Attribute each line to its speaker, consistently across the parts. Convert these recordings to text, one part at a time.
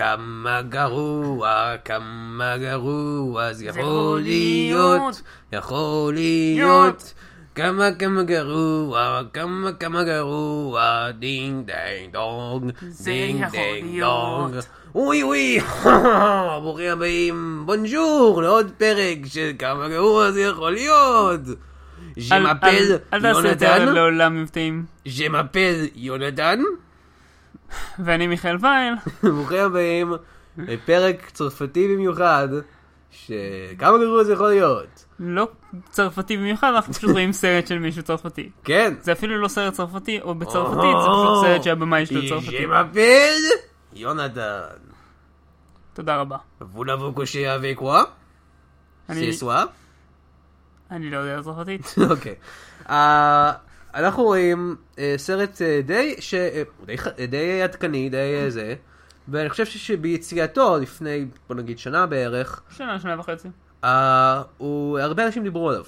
Speaker 1: כמה גרוע, כמה גרוע, זה יכול
Speaker 2: יכול
Speaker 1: להיות,
Speaker 2: להיות.
Speaker 1: יכול להיות. כמה כמה גרוע, כמה כמה גרוע, דינג דינג דונג,
Speaker 2: זה
Speaker 1: דינג
Speaker 2: יכול
Speaker 1: דינג
Speaker 2: להיות.
Speaker 1: דונג. אוי אוי, ברוכים הבאים, בונג'ור, לעוד פרק של כמה גרוע זה יכול להיות.
Speaker 2: אל-
Speaker 1: ז'מפל
Speaker 2: אל- אל תעשה את
Speaker 1: יונתן,
Speaker 2: זה לא. לעולם מבטאים.
Speaker 1: ז'מפל יונתן.
Speaker 2: ואני מיכאל וייל.
Speaker 1: ברוכים הבאים לפרק צרפתי במיוחד, שכמה גרוע זה יכול להיות.
Speaker 2: לא צרפתי במיוחד, אנחנו פשוט רואים סרט של מישהו צרפתי.
Speaker 1: כן.
Speaker 2: זה אפילו לא סרט צרפתי, או בצרפתית, זה פשוט סרט שהבמאי שלו צרפתי.
Speaker 1: ז'מפל יונתן.
Speaker 2: תודה רבה.
Speaker 1: Vous l'avez couché avec quoi
Speaker 2: אני-
Speaker 1: C'est soir
Speaker 2: אני לא יודע צרפתית.
Speaker 1: אוקיי. אה, אנחנו רואים אה, סרט אה, די ש- אה, די ח- אה, די עדכני, די אה, זה, ואני חושב ש- שביציאתו לפני, בוא נגיד, שנה בערך,
Speaker 2: שנה, שנה וחצי.
Speaker 1: אה, הוא- הרבה אנשים דיברו עליו.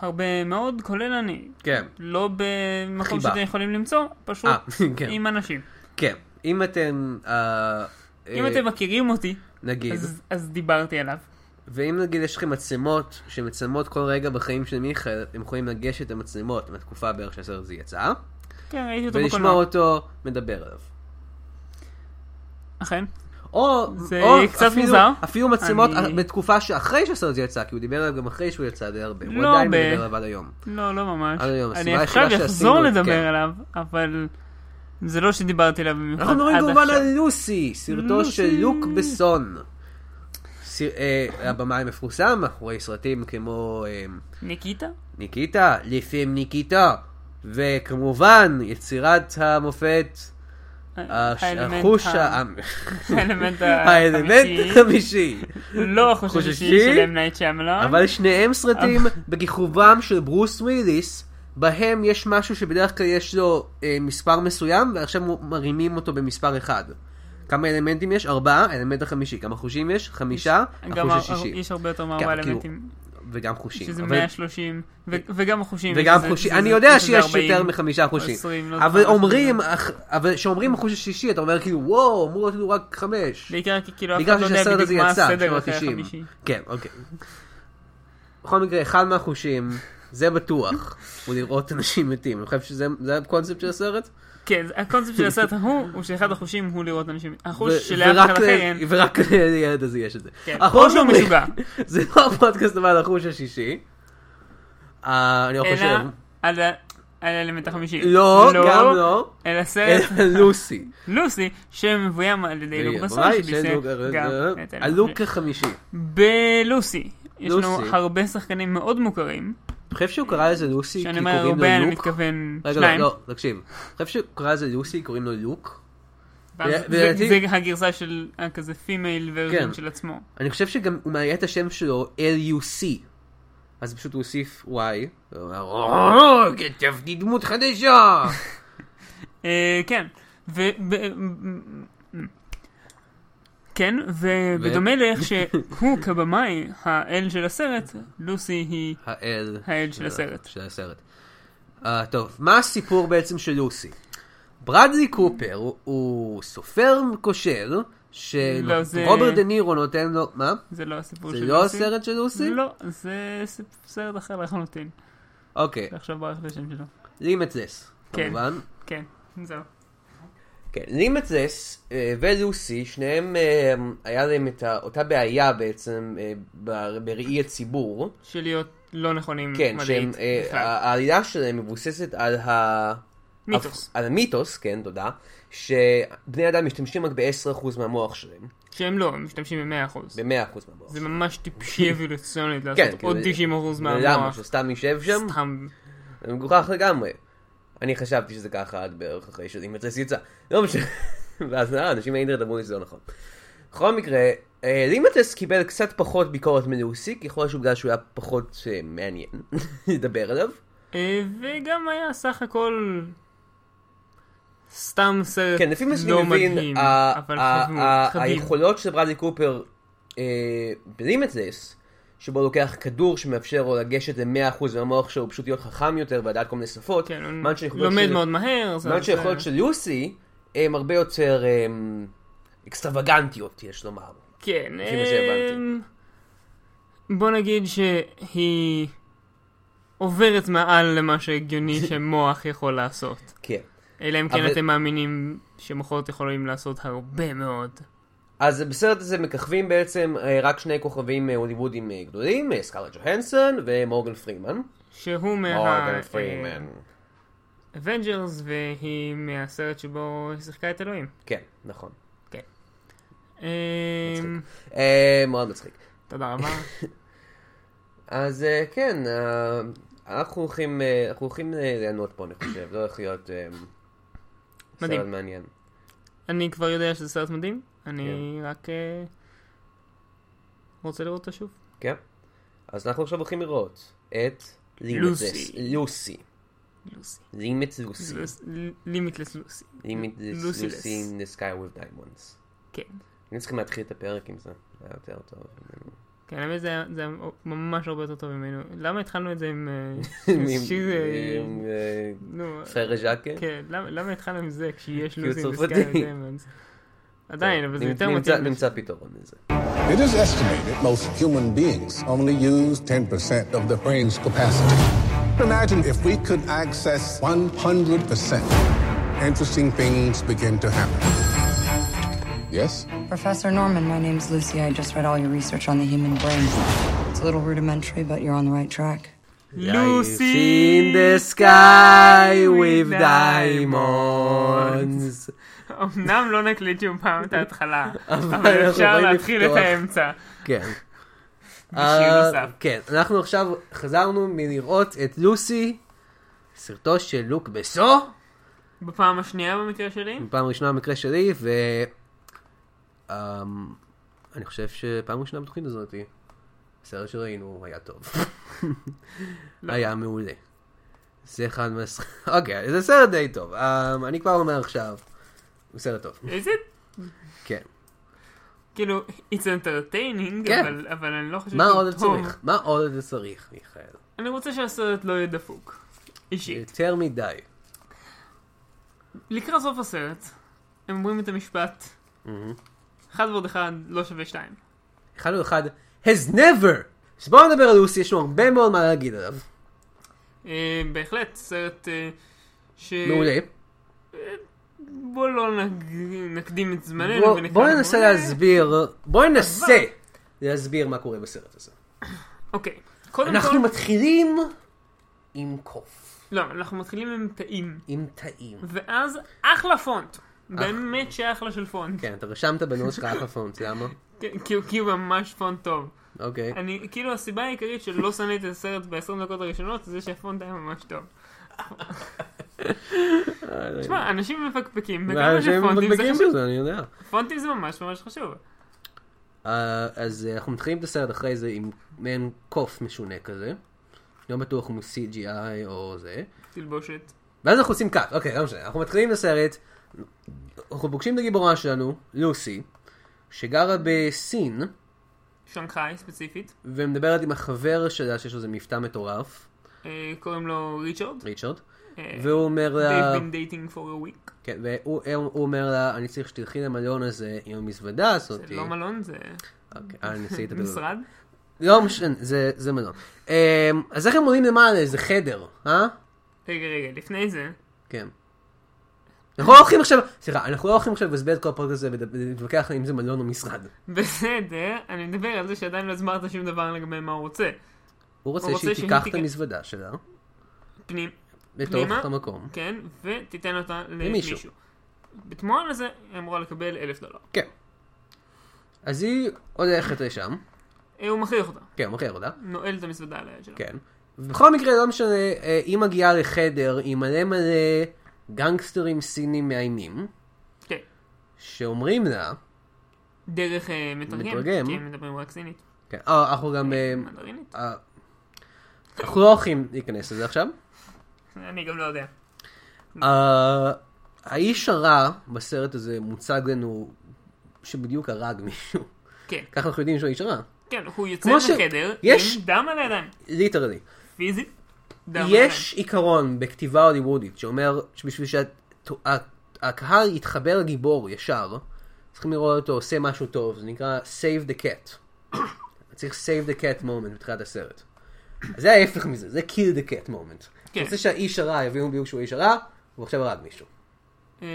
Speaker 2: הרבה מאוד, כולל אני.
Speaker 1: כן.
Speaker 2: לא במקום
Speaker 1: חיבה.
Speaker 2: שאתם יכולים למצוא, פשוט
Speaker 1: אה, כן.
Speaker 2: עם אנשים.
Speaker 1: כן. אם אתם... אה,
Speaker 2: אם
Speaker 1: אה, כן.
Speaker 2: אתם מכירים אותי,
Speaker 1: נגיד,
Speaker 2: אז- אז דיברתי עליו.
Speaker 1: ואם נגיד יש לכם מצלמות שמצלמות כל רגע בחיים של מיכאל, אתם יכולים לגשת למצלמות מהתקופה בערך שהסרט הזה יצא,
Speaker 2: כן, ראיתי אותו
Speaker 1: ולשמוע
Speaker 2: בקולנוע.
Speaker 1: אותו מדבר עליו.
Speaker 2: אכן.
Speaker 1: או,
Speaker 2: זה
Speaker 1: או
Speaker 2: קצת
Speaker 1: אפילו,
Speaker 2: מוזר.
Speaker 1: אפילו מצלמות
Speaker 2: אני-
Speaker 1: בתקופה שאחרי שהסרט הזה יצא, כי הוא דיבר עליו גם אחרי שהוא יצא די הרבה. הוא
Speaker 2: לא
Speaker 1: עדיין
Speaker 2: ב-
Speaker 1: מדבר עליו עד היום.
Speaker 2: לא, לא ממש.
Speaker 1: עד היום, אה, הסיבה
Speaker 2: אני עכשיו
Speaker 1: היחידה
Speaker 2: אחזור
Speaker 1: שעשינו, כן.
Speaker 2: לדבר עליו, אבל זה לא שדיברתי עליו במיוחד
Speaker 1: אנחנו מדברים
Speaker 2: עד
Speaker 1: כמובן
Speaker 2: עכשיו.
Speaker 1: על לוסי, סרטו
Speaker 2: לוסי.
Speaker 1: של לוק בסון. סיר- אה, הבמאי המפורסם, מאחורי סרטים כמו אה,
Speaker 2: ניקיטה?
Speaker 1: ניקיטה, לפעמים ניקיטה, וכמובן יצירת המופת, הש-
Speaker 2: האלמנט
Speaker 1: החוש,
Speaker 2: ה-
Speaker 1: ה-
Speaker 2: האלמנט
Speaker 1: האלמנט
Speaker 2: החמישי.
Speaker 1: החמישי.
Speaker 2: לא החוש
Speaker 1: החוש
Speaker 2: השישי
Speaker 1: השישי?
Speaker 2: של M. Night Shyamalan.
Speaker 1: אבל שניהם סרטים
Speaker 2: אה.
Speaker 1: בכיכובם של ברוס וויליס, בהם יש משהו שבדרך כלל יש לו אה, מספר מסוים, ועכשיו מו- מרימים אותו במספר אחד. כמה אלמנטים יש? ארבעה, אלמנט החמישי. כמה חושים יש? חמישה,
Speaker 2: גם
Speaker 1: החוש
Speaker 2: הר-
Speaker 1: השישי.
Speaker 2: יש הרבה יותר
Speaker 1: כאילו,
Speaker 2: מארבע אלמנטים,
Speaker 1: וגם חושים.
Speaker 2: שזה
Speaker 1: אבל- אה,
Speaker 2: 130, ו- וגם החושים.
Speaker 1: וגם
Speaker 2: שזה-
Speaker 1: חושים.
Speaker 2: שזה-
Speaker 1: אני יודע
Speaker 2: שזה
Speaker 1: שיש
Speaker 2: 40.
Speaker 1: יותר מחמישה חושים.
Speaker 2: 20, לא
Speaker 1: אבל
Speaker 2: זוכר,
Speaker 1: אומרים,
Speaker 2: משהו
Speaker 1: אך- אבל כשאומרים החוש השישי, אתה אומר כאילו, וואו, אמור להיות לנו רק חמש.
Speaker 2: בעיקר כי כאילו אף אחד
Speaker 1: בגלל
Speaker 2: לא יודע
Speaker 1: שהסרט הזה
Speaker 2: בדיוק מה
Speaker 1: יצא,
Speaker 2: הסדר
Speaker 1: בשנות
Speaker 2: אחרי החמישי.
Speaker 1: ה-90. כן, אוקיי. בכל מקרה, אחד מהחושים, זה בטוח, הוא לראות אנשים מתים. אני חושב שזה זה הקונספט של הסרט?
Speaker 2: כן, זה- הקונספט של הסרט ההוא, הוא שאחד החושים הוא לראות אנשים. החוש
Speaker 1: ו-
Speaker 2: שלאף
Speaker 1: ורק אה,
Speaker 2: אחד
Speaker 1: ל-
Speaker 2: אחר אין.
Speaker 1: ורק לילד הזה יש את זה.
Speaker 2: כן,
Speaker 1: אנחנו לא
Speaker 2: או שהוא
Speaker 1: מדברים-
Speaker 2: משוגע.
Speaker 1: זה לא הפודקאסט אבל החוש השישי. אה, אני לא
Speaker 2: אלא
Speaker 1: חושב.
Speaker 2: על ה- על האלמנט החמישי.
Speaker 1: לא, גם לא.
Speaker 2: אלא סרט
Speaker 1: אלא לוסי.
Speaker 2: לוסי, שמבוים על ידי לוק בסון,
Speaker 1: הבמאי של
Speaker 2: שביסר
Speaker 1: לוק-
Speaker 2: גם
Speaker 1: אה,
Speaker 2: את
Speaker 1: הלוק
Speaker 2: האלמנט
Speaker 1: החמישי.
Speaker 2: בלוסי. יש לנו
Speaker 1: לוסי.
Speaker 2: הרבה שחקנים מאוד מוכרים.
Speaker 1: אני חושב שהוא קרא לזה לוסי כי
Speaker 2: כשאני אומר
Speaker 1: קוראים
Speaker 2: הרבה,
Speaker 1: לו
Speaker 2: אני
Speaker 1: לוק.
Speaker 2: מתכוון
Speaker 1: רגע, לא,
Speaker 2: שניים.
Speaker 1: לא, תקשיב. אני חושב שהוא קרא לזה לוסי, קוראים לו לוק.
Speaker 2: ואז
Speaker 1: ו-
Speaker 2: זה-
Speaker 1: ולדעתי-
Speaker 2: זה הגרסה של אה, כזה פימייל
Speaker 1: כן.
Speaker 2: ורזון של עצמו.
Speaker 1: אני חושב שגם הוא מעלה את השם שלו LUC. אז פשוט הוא הוסיף Y. הוא אומר, "או, כתבתי דמות חדשה!
Speaker 2: אה, כן. ו... ב- אה, כן, ובדומה לאיך שהוא כבמאי, האל של הסרט, לוסי היא...
Speaker 1: האל.
Speaker 2: האל של הסרט.
Speaker 1: של הסרט. אה, טוב, מה הסיפור בעצם של לוסי? ברדלי קופר הוא- הוא סופר כושל,
Speaker 2: לא, זה-
Speaker 1: שרוברט דה נירו נותן לו, מה?
Speaker 2: זה לא הסיפור
Speaker 1: זה
Speaker 2: של לוסי.
Speaker 1: לא הסרט של לוסי?
Speaker 2: לא, זה ס- סרט אחר לחלוטין.
Speaker 1: אוקיי,
Speaker 2: עכשיו ברח לי השם שלו.
Speaker 1: לימצס,
Speaker 2: כן.
Speaker 1: כמובן.
Speaker 2: כן, זהו.
Speaker 1: כן, לימצס אה, ולוסי, שניהם אה, היה להם את ה- אותה בעיה בעצם אה, בר- בראי הציבור.
Speaker 2: של להיות לא נכונים
Speaker 1: כן, שהם,
Speaker 2: מדעית.
Speaker 1: אה,
Speaker 2: בכלל.
Speaker 1: העלילה שלהם מבוססת על ה...
Speaker 2: מיתוס.
Speaker 1: על המיתוס, כן, תודה, שבני אדם משתמשים רק ב-10% מהמוח שלהם,
Speaker 2: שהם לא, הם משתמשים ב-100%.
Speaker 1: ב-100% מהמוח.
Speaker 2: זה ממש טיפשי אבולוציונית
Speaker 1: כן,
Speaker 2: לעשות
Speaker 1: כן,
Speaker 2: עוד
Speaker 1: זה-
Speaker 2: 90%
Speaker 1: למה?
Speaker 2: מהמוח.
Speaker 1: שסתם יישב שם?
Speaker 2: סתם.
Speaker 1: זה מגוחך לגמרי. אני חשבתי שזה ככה עד בערך אחרי שלימצס יצא. לא משנה. ואז אה, אנשים מהאינטרנט אמרו לי שזה לא נכון. בכל מקרה, אה, לימצס קיבל קצת פחות ביקורת מלוסי, ככל שהוא בגלל שהוא היה פחות אה, מעניין לדבר עליו.
Speaker 2: אה, וגם היה סך הכל סתם סרט
Speaker 1: כן, לפי מה שאני
Speaker 2: לא
Speaker 1: מבין,
Speaker 2: מדהים,
Speaker 1: ה-
Speaker 2: אבל
Speaker 1: ה-
Speaker 2: חביב,
Speaker 1: ה-
Speaker 2: חביב.
Speaker 1: היכולות של ברדלי קופר אה, בלימטלס, שבו הוא לוקח כדור שמאפשר לו לגשת ל-100% מהמוח שלו, פשוט להיות חכם יותר ולדעת כל מיני שפות,
Speaker 2: כן,
Speaker 1: זמן
Speaker 2: הוא
Speaker 1: שהיכולות
Speaker 2: לומד
Speaker 1: של-
Speaker 2: מאוד מהר. זה-
Speaker 1: זמן
Speaker 2: זה-
Speaker 1: שהיכולות של לוסי הם הרבה יותר, הם, אמ, אקסטרווגנטיות, יש לומר.
Speaker 2: כן,
Speaker 1: לפי מה שהבנתי.
Speaker 2: אמ, בוא נגיד שהיא עוברת מעל למה שהגיוני שמוח יכול לעשות.
Speaker 1: כן.
Speaker 2: אלא אם כן
Speaker 1: אבל-
Speaker 2: אתם מאמינים שמוחות יכולים לעשות הרבה מאוד.
Speaker 1: אז בסרט הזה מככבים בעצם אה, רק שני כוכבים אה, הוליוודים אה, גדולים, אה, סקארלט ג'והנסון ומורגן פרימן.
Speaker 2: שהוא מה...
Speaker 1: מורגן פרימן.
Speaker 2: אבנג'רס, והיא מהסרט שבו היא שיחקה את אלוהים.
Speaker 1: כן, נכון.
Speaker 2: אמ,
Speaker 1: אה, מאוד מצחיק.
Speaker 2: תודה רבה.
Speaker 1: אז אה, כן, אה, אנחנו הולכים, אה, אנחנו הולכים אה, ליהנות פה, אני חושב. זה הולך להיות אה,
Speaker 2: מדהים.
Speaker 1: סרט מעניין.
Speaker 2: אני כבר יודע שזה סרט מדהים,
Speaker 1: כן.
Speaker 2: אני רק אה, רוצה לראות אותו שוב.
Speaker 1: כן? אז אנחנו עכשיו הולכים לראות את
Speaker 2: לוסי.
Speaker 1: Limitless- לוסי.
Speaker 2: לוסי.
Speaker 1: לימט לוסי.
Speaker 2: לימיטלס לוסי.
Speaker 1: לימט
Speaker 2: לוסי
Speaker 1: לוסי in the sky with diamonds.
Speaker 2: כן.
Speaker 1: היינו צריכים להתחיל את הפרק עם זה. היה יותר טוב.
Speaker 2: כן, האמת זה היה- זה היה ממש הרבה יותר טוב ממנו. למה התחלנו את זה עם... אה,
Speaker 1: עם-
Speaker 2: שיר, אה,
Speaker 1: עם אה,
Speaker 2: נו,
Speaker 1: פררה ז'קה?
Speaker 2: כן, למה למה התחלנו עם זה כשיש
Speaker 1: כי הוא
Speaker 2: לוזים
Speaker 1: צרפתי.
Speaker 2: וסקאי ודיימונס? עדיין, אבל זה
Speaker 1: נמצ-
Speaker 2: יותר
Speaker 1: נמצא-
Speaker 2: מתאים.
Speaker 1: נמצא פתרון לזה.
Speaker 3: It is estimated most human beings only use 10% of their brain's capacity. Imagine if we could access 100%. Interesting things begin to happen. Yes?
Speaker 4: Professor Norman, my name's Lucy. I just read all your research on the human brain. It's a little rudimentary, but you're on the right track.
Speaker 1: in the sky with diamonds.
Speaker 2: אמנם לא נקליט שום פעם את ההתחלה,
Speaker 1: אנחנו
Speaker 2: אבל אפשר
Speaker 1: יכולים
Speaker 2: להתחיל את
Speaker 1: לפתוח.
Speaker 2: האמצע.
Speaker 1: כן.
Speaker 2: בשיר
Speaker 1: אה,
Speaker 2: נוסף.
Speaker 1: כן, אנחנו עכשיו חזרנו מלראות את לוסי, סרטו של לוק בסו,
Speaker 2: בפעם השנייה במקרה שלי,
Speaker 1: פעם ראשונה במקרה שלי, ו... אמ, אני חושב שפעם ראשונה בתוכנית הזאת, הסרט שראינו היה טוב.
Speaker 2: לא.
Speaker 1: היה מעולה. זה אחד מה... אוקיי, זה סרט די טוב. אמ, אני כבר אומר עכשיו, הוא סרט טוב.
Speaker 2: איזה...
Speaker 1: כן.
Speaker 2: כאילו, it's entertaining,
Speaker 1: כן.
Speaker 2: אבל- אבל אני לא חושב
Speaker 1: מה עוד
Speaker 2: שהוא טוב.
Speaker 1: צריך? מה עוד צריך, מיכאל?
Speaker 2: אני רוצה שהסרט לא יהיה דפוק. אישית.
Speaker 1: יותר מדי. אה.
Speaker 2: לקראת סוף הסרט, הם אומרים את המשפט, אחד ועוד אחד לא שווה שתיים.
Speaker 1: אחד הוא אחד, has never! אז בואו נדבר על לוסי, יש לנו הרבה מאוד מה להגיד עליו.
Speaker 2: אה, בהחלט, סרט אה, ש...
Speaker 1: מעולה.
Speaker 2: בוא לא נג- נקדים את זמננו.
Speaker 1: בואו
Speaker 2: ונקרא
Speaker 1: בואו
Speaker 2: לו
Speaker 1: ננסה
Speaker 2: מעולה.
Speaker 1: להסביר, בואו ננסה להסביר מה קורה בסרט הזה.
Speaker 2: אוקיי. קודם
Speaker 1: אנחנו
Speaker 2: כל...
Speaker 1: מתחילים עם קוף,
Speaker 2: לא, אנחנו מתחילים עם תאים.
Speaker 1: עם תאים.
Speaker 2: ואז אחלה פונט. באמת שאחלה של פונט.
Speaker 1: כן, אתה רשמת בנוס שלך אחלה פונט, למה?
Speaker 2: כן, כי הוא- כי הוא ממש פונט טוב.
Speaker 1: אוקיי.
Speaker 2: אני, כאילו הסיבה העיקרית שלא שנאתי את הסרט ב-20 דקות הראשונות זה שהפונט היה ממש טוב. תשמע, אנשים מפקפקים, וכמה
Speaker 1: אנשים
Speaker 2: שפונטים זה
Speaker 1: מבקבקים
Speaker 2: חשוב.
Speaker 1: בזה, אני יודע.
Speaker 2: פונטים זה ממש ממש חשוב.
Speaker 1: אה, אז אה, אנחנו מתחילים את הסרט אחרי זה עם מעין קוף משונה כזה. לא בטוח אם הוא CGI או זה.
Speaker 2: תלבושת.
Speaker 1: ואז אנחנו עושים קאט, אוקיי, לא משנה, אנחנו מתחילים את הסרט, אנחנו פוגשים את הגיבורה שלנו, לוסי, שגרה בסין,
Speaker 2: שנגחאי ספציפית.
Speaker 1: ומדברת עם החבר שלה שיש לו איזה מבטא מטורף,
Speaker 2: אה, קוראים לו ריצ'רד.
Speaker 1: ריצ'רד,
Speaker 2: אה,
Speaker 1: והוא אומר לה,
Speaker 2: They've been dating for a week.
Speaker 1: כן, והוא הוא אומר לה, אני צריך שתלכי למלון הזה עם המזוודה הזאת.
Speaker 2: זה לא מלון, זה
Speaker 1: אוקיי, אה, אני ניסיתי את
Speaker 2: משרד.
Speaker 1: לא משנה, זה- זה מלון. אמ, אז איך הם עולים למעלה, זה חדר, אה?
Speaker 2: רגע, רגע, לפני זה.
Speaker 1: כן. אנחנו לא הולכים עכשיו, סליחה, אנחנו לא הולכים עכשיו לבזבז את כל הפרק הזה ולהתווכח אם זה מלון או משרד.
Speaker 2: בסדר, אני מדבר על זה שעדיין לא הסברת שום דבר לגבי מה הוא רוצה.
Speaker 1: הוא רוצה
Speaker 2: הוא רוצה
Speaker 1: שהיא
Speaker 2: שהיא
Speaker 1: תיקח את
Speaker 2: תיקח-
Speaker 1: המזוודה שלה,
Speaker 2: פנים,
Speaker 1: לתוך
Speaker 2: פנימה?
Speaker 1: המקום.
Speaker 2: כן, ותיתן אותה
Speaker 1: למישהו.
Speaker 2: למישהו. בתמורה לזה, היא אמורה לקבל אלף דולר.
Speaker 1: כן. אז היא הולכת לשם,
Speaker 2: אה, הוא מכריח אותה,
Speaker 1: כן, מוכר אותה,
Speaker 2: נועל את המזוודה על היד שלה.
Speaker 1: כן. ובכל מקרה, לא משנה, אה, היא מגיעה לחדר עם מלא מלא גנגסטרים סינים מאיימים,
Speaker 2: כן.
Speaker 1: שאומרים לה,
Speaker 2: דרך אה, מתרגם,
Speaker 1: מתרגם.
Speaker 2: כי הם מדברים רק סינית.
Speaker 1: כן, אה, אנחנו גם, אה,
Speaker 2: מנדרינית?
Speaker 1: אה, אנחנו לא הולכים להיכנס לזה עכשיו.
Speaker 2: אני גם לא יודע.
Speaker 1: אה, האיש הרע בסרט הזה מוצג לנו שבדיוק הרג מישהו.
Speaker 2: כן,
Speaker 1: ככה אנחנו יודעים שהוא האיש הרע,
Speaker 2: כן, הוא יוצא
Speaker 1: כמו ש-
Speaker 2: מהחדר
Speaker 1: יש-
Speaker 2: עם דם על הידיים.
Speaker 1: ליטרלי.
Speaker 2: פיזית, דם על הידיים.
Speaker 1: יש עיקרון בכתיבה הוליוודית שאומר שבשביל שהקהל יתחבר לגיבור ישר, צריכים לראות אותו עושה משהו טוב, זה נקרא Save the Cat. אתה צריך Save the Cat moment בתחילת הסרט. אז זה ההפך מזה, זה Kill the Cat moment.
Speaker 2: כן.
Speaker 1: אתה רוצה שהאיש הרע יבינו בדיוק שהוא איש הרע, הוא עכשיו הרג מישהו.
Speaker 2: אמ,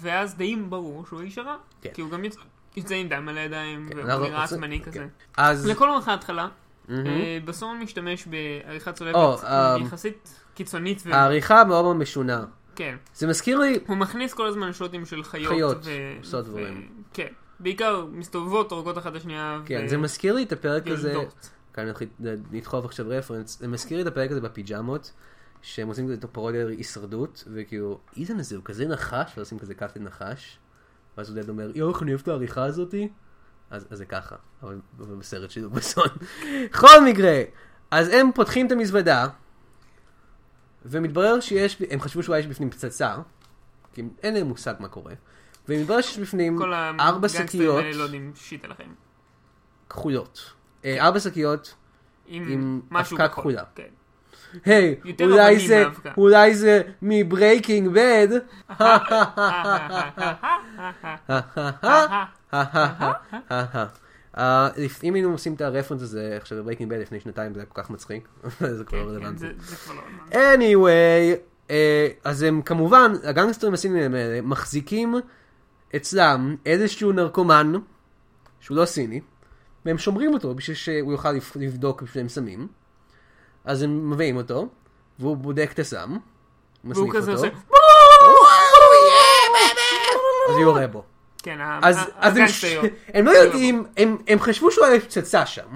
Speaker 2: ואז דעים ברור שהוא איש הרע.
Speaker 1: כן.
Speaker 2: כי הוא גם יצא- יצא עם דם על הידיים,
Speaker 1: אנחנו
Speaker 2: והוא נראה
Speaker 1: רוצים-
Speaker 2: עצמני
Speaker 1: כן.
Speaker 2: כזה.
Speaker 1: אז...
Speaker 2: לכל אורך ההתחלה, אה, בסון משתמש בעריכה צולבת
Speaker 1: או, אמ, אה,
Speaker 2: יחסית קיצונית. ו-
Speaker 1: העריכה מאוד מאוד משונה.
Speaker 2: כן.
Speaker 1: זה מזכיר לי,
Speaker 2: הוא מכניס כל הזמן שוטים של חיות.
Speaker 1: חיות,
Speaker 2: ו-
Speaker 1: עושות
Speaker 2: ו-
Speaker 1: דברים.
Speaker 2: כן. בעיקר מסתובבות, הורגות אחת את השנייה.
Speaker 1: כן,
Speaker 2: ו-
Speaker 1: זה מזכיר לי את הפרק הזה,
Speaker 2: יולדות.
Speaker 1: כאן נתחיל- נדחוף עכשיו רפרנס, זה מזכיר לי את הפרק הזה בפיג'מות, שהם עושים כזה את הפרודיה להישרדות, וכאילו, איתן הזה הוא כזה נחש, ועושים כזה קפטן נחש, ואז עודד אומר, יואו, איך אני אוהב את העריכה הזאתי, אז אז זה ככה, אבל אבל בסרט שלו בסון. בכל מקרה, אז הם פותחים את המזוודה, ומתברר שיש, הם חשבו שאולי יש בפנים פצצה, כי הם- אין להם מושג מה קורה. ומתברר שיש בפנים
Speaker 2: כל
Speaker 1: ארבע
Speaker 2: הגנגסטרים
Speaker 1: שקיות
Speaker 2: האלה לא יודעים שיט עליכם.
Speaker 1: כחולות. אה, ארבע שקיות, עם
Speaker 2: עם משהו
Speaker 1: אבקה
Speaker 2: כחול.
Speaker 1: כחולה.
Speaker 2: כן.
Speaker 1: היי,
Speaker 2: יותר
Speaker 1: אולי
Speaker 2: אבנים
Speaker 1: זה,
Speaker 2: מאבקה.
Speaker 1: אולי זה מברייקינג בד. אה, אם היינו עושים את הרפרנס הזה עכשיו בברייקינג בד לפני שנתיים זה היה כל כך מצחיק, אבל זה כבר לא
Speaker 2: כן, כן,
Speaker 1: רלוונטי.
Speaker 2: זה זה כבר לא... רלוונטי.
Speaker 1: anyway, אה, אז הם כמובן, הגנגסטרים הסינים האלה מחזיקים אצלם איזשהו נרקומן, שהוא לא סיני, והם שומרים אותו בשביל שהוא יוכל לבח- לבדוק בשביל הם סמים, אז הם מביאים אותו, והוא בודק את הסם,
Speaker 2: והוא
Speaker 1: מסניף
Speaker 2: כזה
Speaker 1: אותו,
Speaker 2: עושה...
Speaker 1: אז הוא יורה בו.
Speaker 2: כן,
Speaker 1: אז, אז הם, ש...
Speaker 2: הגנגסטריות.
Speaker 1: הם לא יודעים, הם, הם חשבו שהוא היה פצצה שם,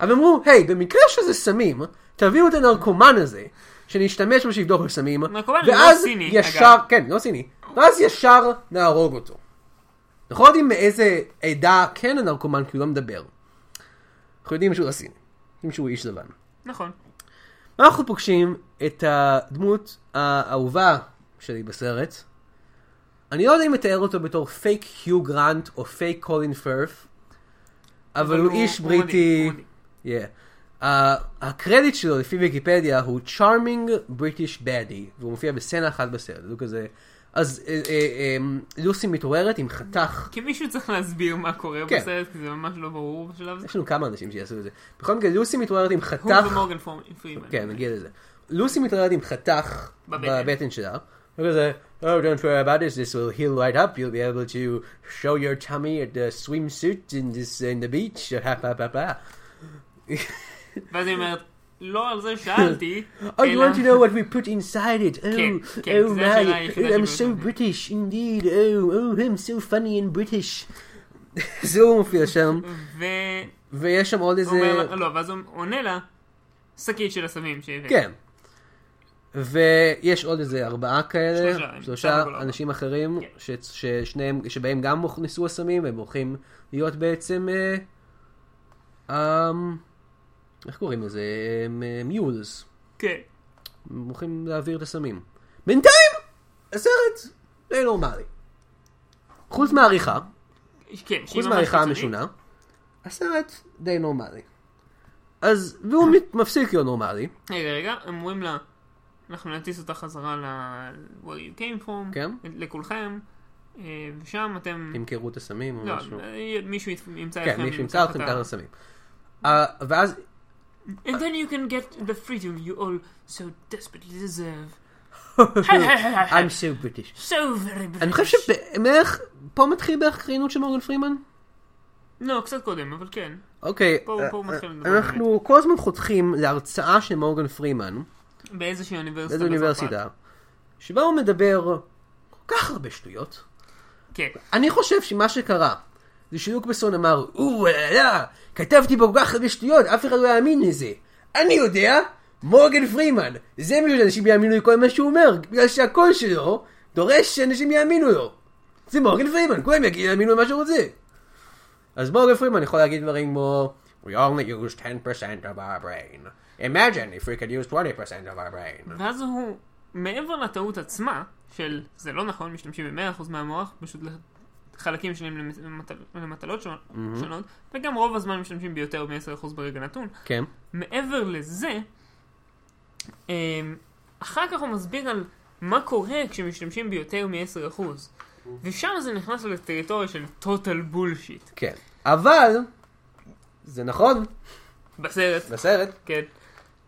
Speaker 1: אבל אמרו, היי, במקרה שזה סמים, תביאו את הנרקומן הזה, שנשתמש בו שיבדוק בסמים,
Speaker 2: נרקומן לא
Speaker 1: ואז
Speaker 2: סיני,
Speaker 1: ישר,
Speaker 2: אגב.
Speaker 1: כן, לא סיני, ואז ישר נהרוג אותו. אנחנו לא יודעים מאיזה עדה כן הנרקומן, כי הוא לא מדבר. אנחנו יודעים שהוא לא סיני, יודעים שהוא איש לבן.
Speaker 2: נכון.
Speaker 1: אנחנו פוגשים את הדמות האהובה שלי בסרט. אני לא יודע אם לתאר אותו בתור פייק היו גרנט או פייק קולין פרף, אבל הוא איש
Speaker 2: מדהים,
Speaker 1: בריטי.
Speaker 2: הוא מדהים.
Speaker 1: Yeah. ה- הקרדיט שלו לפי ויקיפדיה הוא Charming British Baddie, והוא מופיע בסצנה אחת בסרט, הוא כזה... אז אה, אה, אה, לוסי מתעוררת עם חתך
Speaker 2: כי מישהו צריך להסביר מה קורה
Speaker 1: כן.
Speaker 2: בסרט, כי זה ממש לא ברור בשלב הזה.
Speaker 1: יש לנו כמה אנשים שיעשו את זה. בכל מקרה, לוסי מתעוררת עם
Speaker 2: הוא
Speaker 1: חתך
Speaker 2: ומורגן פורמן- פרימן.
Speaker 1: כן, נגיע לזה. לוסי מתרדת עם חתך
Speaker 2: בבטן.
Speaker 1: בבטן שלה. וכזה, Oh, don't worry about this, this will heal right up, you'll be able to show your tummy at the swimsuit in this, in the beach, ha ha ha "Oh, ha.
Speaker 2: ואז היא אומרת, לא על זה שאלתי,
Speaker 1: Oh, you
Speaker 2: אלא-
Speaker 1: want to know what we put inside it? Oh,
Speaker 2: כן, כן,
Speaker 1: oh
Speaker 2: זה
Speaker 1: my,
Speaker 2: השאלה היחידה
Speaker 1: I'm so
Speaker 2: שבאמת-
Speaker 1: British indeed, oh, oh, I'm so funny and British. זה הוא מופיע שם,
Speaker 2: Mm. והוא
Speaker 1: ויש שם עוד איזה...
Speaker 2: אומר לה, לא, ואז הוא עונה לה, שקית של הסמים שהבאת.
Speaker 1: כן. ויש עוד איזה ארבעה כאלה,
Speaker 2: שלושה, בסך הכל
Speaker 1: שלושה
Speaker 2: ארבע.
Speaker 1: אנשים אחרים,
Speaker 2: כן.
Speaker 1: ש, ששניהם, שבהם גם הוכנסו הסמים, והם הולכים להיות בעצם, אה, אמ, איך קוראים לזה? מיולס.
Speaker 2: כן.
Speaker 1: הם הולכים להעביר את הסמים. בינתיים, הסרט די נורמלי. חוץ מהעריכה,
Speaker 2: כן, שהיא
Speaker 1: חוץ
Speaker 2: ממש
Speaker 1: מהעריכה
Speaker 2: קיצונית.
Speaker 1: המשונה, הסרט די נורמלי. אז, והוא מת- מפסיק להיות נורמלי,
Speaker 2: רגע, רגע, הם אומרים לה, אנחנו נטיס אותה חזרה ל... where you came from,
Speaker 1: כן.
Speaker 2: לכולכם, אה, ושם אתם...
Speaker 1: ימכרו את הסמים או
Speaker 2: לא,
Speaker 1: משהו.
Speaker 2: אה, מישהו ית- ימצא אתכם.
Speaker 1: כן, מי שימצא אותך מתחת לסמים. אה, ואז,
Speaker 2: And then you can get the freedom you all so desperately deserve.
Speaker 1: I'm so British.
Speaker 2: So very British.
Speaker 1: אני חושב שבערך, פה מתחיל בערך קרינות של מורגן פרימן?
Speaker 2: לא, קצת קודם, אבל כן.
Speaker 1: אוקיי,
Speaker 2: פה הוא- פה הוא
Speaker 1: אה, אה,
Speaker 2: מתחיל לדבר באמת.
Speaker 1: אנחנו כל הזמן חותכים להרצאה של מורגן פרימן,
Speaker 2: באיזושהי אוניברסיטה.
Speaker 1: באיזו
Speaker 2: בצרפת.
Speaker 1: אוניברסיטה, שבה הוא מדבר כל כך הרבה שטויות.
Speaker 2: כן.
Speaker 1: אני חושב שמה שקרה, זה שיוקבסון אמר, אוהלה, כתבתי בו כל כך הרבה שטויות, אף אחד לא יאמין לזה. אני יודע, מורגן פרימן. זה מישהו שאנשים יאמינו לכל מה שהוא אומר, בגלל שהקול שלו דורש שאנשים יאמינו לו. זה מורגן פרימן, כולם יגיד- יאמינו למה שהוא רוצה. אז מורגן פרימן יכול להגיד דברים כמו, We only use 10% of our brain. Imagine if we could use 20% of our brain.
Speaker 2: ואז הוא, מעבר לטעות עצמה, של זה לא נכון, משתמשים ב-100% מהמוח, פשוט לחלקים שונים למט- למט- למטלות שונות, שונות, וגם רוב הזמן משתמשים ביותר מ-10% ברגע נתון.
Speaker 1: כן,
Speaker 2: מעבר לזה, אמ, אחר כך הוא מסביר על מה קורה כשמשתמשים ביותר מ-10%. ושם זה נכנס לטריטוריה של total bullshit.
Speaker 1: כן. אבל, זה נכון,
Speaker 2: בסרט,
Speaker 1: בסרט,
Speaker 2: כן.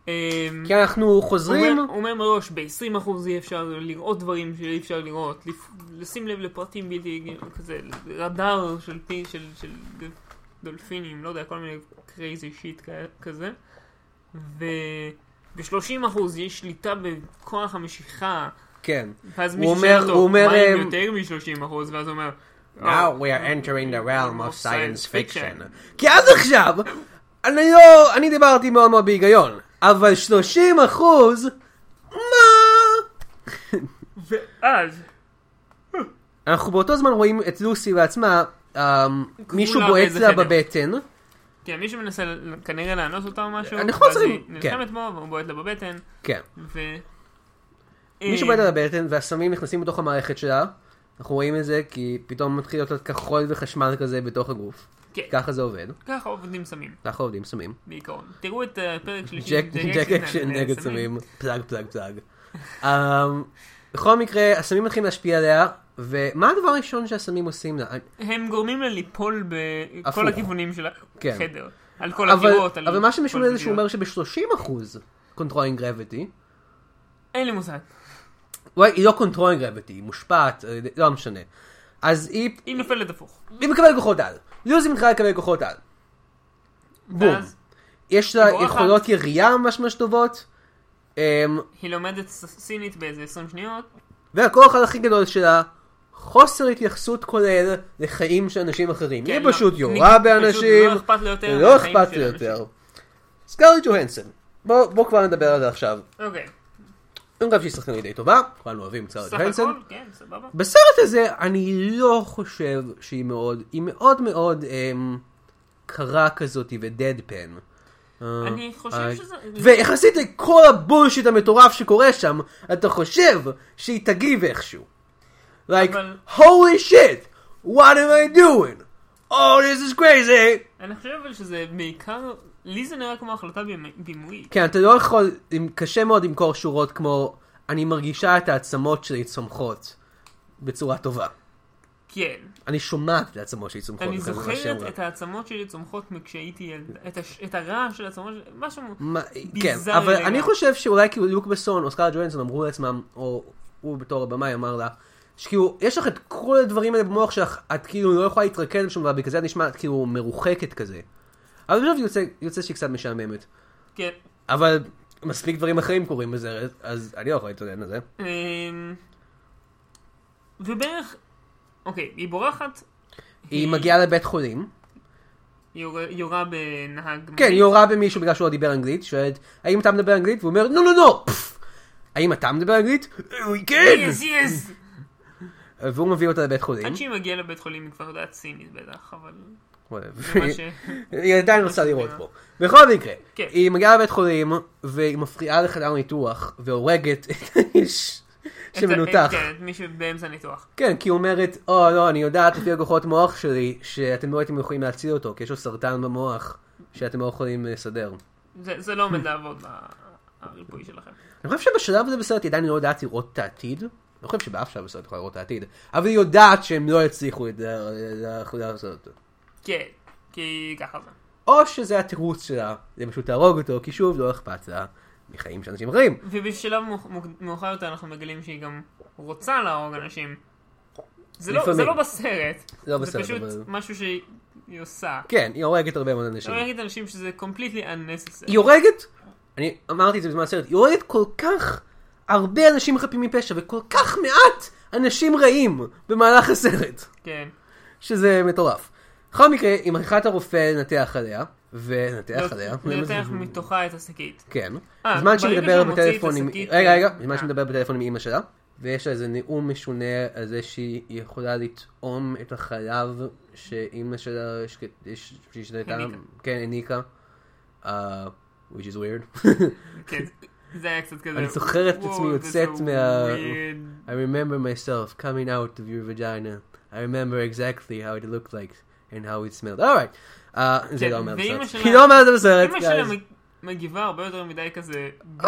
Speaker 2: אמ,
Speaker 1: כי אנחנו
Speaker 2: הוא
Speaker 1: חוזרים...
Speaker 2: אומר- הוא אומר מראש, ב-20% יהיה אפשר לראות דברים שאי אפשר לראות, לפ... לשים לב לפרטים בלתי, כזה, רדאר של, פי, של, של ד- דולפינים, לא יודע, כל מיני קרייזי שיט כ- כזה. וב-30% יש שליטה בכוח המשיכה,
Speaker 1: כן.
Speaker 2: ואז
Speaker 1: הוא
Speaker 2: מישהו
Speaker 1: אומר-
Speaker 2: שואל
Speaker 1: הוא
Speaker 2: אותו,
Speaker 1: אומר,
Speaker 2: מה עם
Speaker 1: אמ,
Speaker 2: יותר מ-30%, ואז הוא אומר,
Speaker 1: Now
Speaker 2: "Oh,
Speaker 1: we are entering the realm of
Speaker 2: of
Speaker 1: science
Speaker 2: science
Speaker 1: fiction.
Speaker 2: fiction.
Speaker 1: כי עד עכשיו, אני לא, אני דיברתי מאוד מאוד בהיגיון, אבל 30 אחוז, מה?
Speaker 2: ואז,
Speaker 1: אנחנו באותו זמן רואים את לוסי בעצמה, אמ, מישהו
Speaker 2: כבולה
Speaker 1: בועט
Speaker 2: באיזה
Speaker 1: לה
Speaker 2: חדר.
Speaker 1: בבטן,
Speaker 2: כן, מישהו מנסה ל- כנראה לאנוס אותה או משהו,
Speaker 1: אנחנו לא
Speaker 2: ואז היא
Speaker 1: צריכים- כן.
Speaker 2: נלחמת בו, והוא בועט לה בבטן,
Speaker 1: כן,
Speaker 2: ו... אה.
Speaker 1: מישהו בועט לה בבטן והסמים נכנסים לתוך המערכת שלה, אנחנו רואים את זה כי פתאום מתחיל להיות לה כחול וחשמל כזה בתוך הגוף,
Speaker 2: כן.
Speaker 1: ככה זה עובד,
Speaker 2: ככה עובדים סמים,
Speaker 1: ככה עובדים סמים,
Speaker 2: בעיקרון. תראו את אה, פרק שלישי.
Speaker 1: ג'ק
Speaker 2: של
Speaker 1: ג'ק אקשן נגד סמים, פלאג פלאג פלאג. אמ, בכל מקרה, הסמים מתחילים להשפיע עליה, ומה הדבר הראשון שהסמים עושים לה?
Speaker 2: הם גורמים לה ליפול בכל
Speaker 1: הפוך.
Speaker 2: הכיוונים של
Speaker 1: כן.
Speaker 2: החדר. על כל
Speaker 1: אבל-
Speaker 2: הקירות. על
Speaker 1: אבל מה
Speaker 2: כל
Speaker 1: שמשונה זה שהוא
Speaker 2: הקירות.
Speaker 1: אומר שב-30% קונטרולינג גרביטי,
Speaker 2: אין לי מושג.
Speaker 1: היא לא קונטרולינג גרביטי, היא מושפעת, על ידי- לא משנה. אז היא
Speaker 2: היא נופלת הפוך.
Speaker 1: היא מקבלת כוחות על. לוזי מתחילה לקבל כוחות על. בום.
Speaker 2: ואז
Speaker 1: יש לה
Speaker 2: היא בורחת.
Speaker 1: יכולות ירייה ממש ממש טובות. אמ,
Speaker 2: היא לומדת ס- סינית באיזה 20 שניות.
Speaker 1: והכוח הכי גדול שלה, חוסר התייחסות כולל לחיים של אנשים אחרים.
Speaker 2: כן,
Speaker 1: היא
Speaker 2: לא-
Speaker 1: פשוט
Speaker 2: היא
Speaker 1: יורה
Speaker 2: פשוט
Speaker 1: באנשים,
Speaker 2: לא אכפת לה יותר
Speaker 1: לא
Speaker 2: מהחיים
Speaker 1: אכפת
Speaker 2: של
Speaker 1: לי
Speaker 2: אנשים.
Speaker 1: יותר. סקארלט ג'והנסון, בוא בוא כבר נדבר על זה עכשיו.
Speaker 2: אוקיי.
Speaker 1: אה, אני חושב שהיא שחקנית די טובה, כולנו אוהבים את סקארלט
Speaker 2: סך
Speaker 1: ג'והנסון.
Speaker 2: הכל, כן, סבבה.
Speaker 1: בסרט הזה אני לא חושב שהיא מאוד, היא מאוד מאוד אמ, קרה כזאת ודדפן.
Speaker 2: אני חושב שזה...
Speaker 1: אה, ויחסית לכל הבולשיט המטורף שקורה שם, אתה חושב שהיא תגיב איכשהו. Like,
Speaker 2: אבל-
Speaker 1: holy shit, what am I doing? Oh, this is crazy.
Speaker 2: אני חושב אבל שזה בעיקר... לי זה נראה כמו החלטה בימ- בימויית.
Speaker 1: כן, אתה לא יכול, עם- קשה מאוד למכור שורות כמו, אני מרגישה את העצמות שלי צומחות בצורה טובה.
Speaker 2: כן.
Speaker 1: אני שומעת את העצמות שלי צומחות.
Speaker 2: אני
Speaker 1: נכון, זה מה שהיא אמרה.
Speaker 2: זוכרת את העצמות שלי צומחות מכשהייתי ילד, את, הש... את הרעש של העצמות שלי, משהו...
Speaker 1: מה- כן,
Speaker 2: ביזארי
Speaker 1: אבל
Speaker 2: לגמרי.
Speaker 1: אני חושב שאולי כאילו לוק בסון או סקארלט ג'והנסון אמרו לעצמם, או הוא בתור הבמאי אמר לה, שכאילו, יש לך את כל הדברים האלה במוח שלך, את כאילו לא יכולה להתרכז בשום דבר, בגלל זה את נשמעת כאילו מרוחקת כזה. אבל בסוף יוצא, יוצא שהיא קצת משעממת.
Speaker 2: כן.
Speaker 1: אבל מספיק דברים אחרים קורים בזה, אז אני לא יכול להתלונן על זה.
Speaker 2: אמ, ובערך, אוקיי, היא בורחת,
Speaker 1: היא מגיעה לבית חולים,
Speaker 2: היא יורה- יורה בנהג.
Speaker 1: כן, היא
Speaker 2: מונית.
Speaker 1: יורה במישהו בגלל שהוא לא דיבר אנגלית, שואלת, האם אתה מדבר אנגלית? והוא אומר, לא, לא, לא! פפפ." האם אתה מדבר אנגלית? "אה, כן!
Speaker 2: יס, יס!
Speaker 1: והוא מביא אותה לבית חולים.
Speaker 2: עד שהיא מגיעה לבית חולים היא כבר יודעת סינית בטח, אבל...
Speaker 1: whatever.
Speaker 2: מה ש-
Speaker 1: היא עדיין רוצה לראות בו. בכל מקרה,
Speaker 2: כן.
Speaker 1: היא מגיעה לבית חולים, והיא מפריעה לחדר ניתוח, והורגת את האיש
Speaker 2: את-
Speaker 1: שמנותח.
Speaker 2: כן, את מי שבאמצע ניתוח.
Speaker 1: כן, כי היא אומרת, או לא, אני יודעת לפי הכוחות מוח שלי, שאתם לא הייתם יכולים להציל אותו, כי יש לו סרטן במוח, שאתם לא יכולים לסדר.
Speaker 2: זה זה לא
Speaker 1: Mm.
Speaker 2: עומד לעבוד, ה- הריפוי שלכם.
Speaker 1: אני חושב שבשלב הזה בסרט היא עדיין לא יודעת לראות את העתיד. אני חושב שבאף שלב בסרט היא יכולה לראות את העתיד, אבל היא יודעת שהם לא יצליחו את זה, לעשות אותו.
Speaker 2: כן, כי ככה זה.
Speaker 1: או שזה התירוץ שלה, זה פשוט להרוג אותו, כי שוב, לא אכפת לה מחיים של אנשים אחרים.
Speaker 2: ובשלב מאוח- מוק- מאוחר יותר אנחנו מגלים שהיא גם רוצה להרוג אנשים. זה לא,
Speaker 1: לפעמים.
Speaker 2: זה לא בסרט,
Speaker 1: לא
Speaker 2: זה
Speaker 1: בסרט,
Speaker 2: פשוט
Speaker 1: אבל-
Speaker 2: משהו שהיא עושה.
Speaker 1: כן, היא הורגת הרבה מאוד אנשים.
Speaker 2: אני אגיד אנשים שזה completely unnecessary.
Speaker 1: היא הורגת, אני אמרתי את זה בזמן הסרט, היא הורגת כל כך הרבה אנשים חפים מפשע וכל כך מעט אנשים רעים במהלך הסרט,
Speaker 2: כן.
Speaker 1: שזה מטורף. בכל מקרה, היא מכריחה את הרופא לנתח עליה,
Speaker 2: לא,
Speaker 1: ולנתח עליה.
Speaker 2: לנתח מתוכה את השקית.
Speaker 1: כן.
Speaker 2: אה,
Speaker 1: בזמן
Speaker 2: ברגע
Speaker 1: שהיא
Speaker 2: שהוא
Speaker 1: מדברת
Speaker 2: מוציא את
Speaker 1: בטלפון עם...
Speaker 2: השקית,
Speaker 1: רגע, רגע,
Speaker 2: אה.
Speaker 1: בזמן שהיא מדברת בטלפון עם אימא שלה, ויש לה איזה נאום משונה על זה שהיא יכולה לטעום את החלב שאימא שלה השק- הש- שהשתתה,
Speaker 2: הניקה.
Speaker 1: כן, הניקה. אה, which is weird.
Speaker 2: כן. זה היה קצת כזה.
Speaker 1: אני זוכר את עצמי
Speaker 2: "וואו,
Speaker 1: יוצאת
Speaker 2: זה so
Speaker 1: מה-
Speaker 2: weird."
Speaker 1: I remember myself coming out of your vagina. I remember exactly how it looked like and how it smelled. Alright. אה, זה
Speaker 2: כן,
Speaker 1: לא אומר
Speaker 2: ואימא
Speaker 1: בסרט.
Speaker 2: שלה-
Speaker 1: היא לא אומרת בסרט,
Speaker 2: אמא שלה
Speaker 1: guys.
Speaker 2: מג- מגיבה הרבה יותר מדי כזה.
Speaker 1: Oh,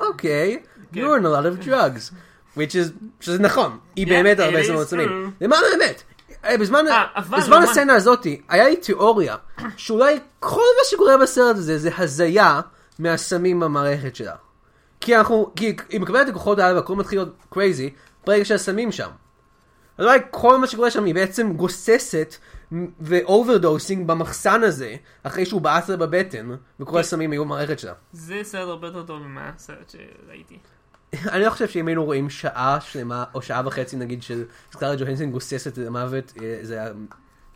Speaker 1: okay.
Speaker 2: כן.
Speaker 1: You're on a lot of drugs. which is, שזה נכון, היא
Speaker 2: Yeah,
Speaker 1: באמת
Speaker 2: it
Speaker 1: הרבה
Speaker 2: is
Speaker 1: סצנות
Speaker 2: true.
Speaker 1: עצומים. למען האמת, אה, בזמן,
Speaker 2: אה, אבל
Speaker 1: בזמן
Speaker 2: לעומת-
Speaker 1: הסצנה הזאתי, היה לי תיאוריה, שאולי כל מה שקורה בסרט הזה זה הזיה מהסמים במערכת שלה. כי אנחנו, כי היא מקבלת את הכוחות האלה והכל מתחיל להיות קרייזי, ברגע שהסמים שם. אז אולי כל מה שקורה שם היא בעצם גוססת ואוברדוסינג במחסן הזה, אחרי שהוא בעט לה בבטן,
Speaker 2: כן.
Speaker 1: וכל הסמים היו במערכת שלה.
Speaker 2: זה סרט הרבה יותר טוב ממה הסרט שראיתי.
Speaker 1: אני לא חושב שאם היינו רואים שעה שלמה, או שעה וחצי נגיד, של סקארה ג'והנסון גוססת למוות, אה, זה היה... אה,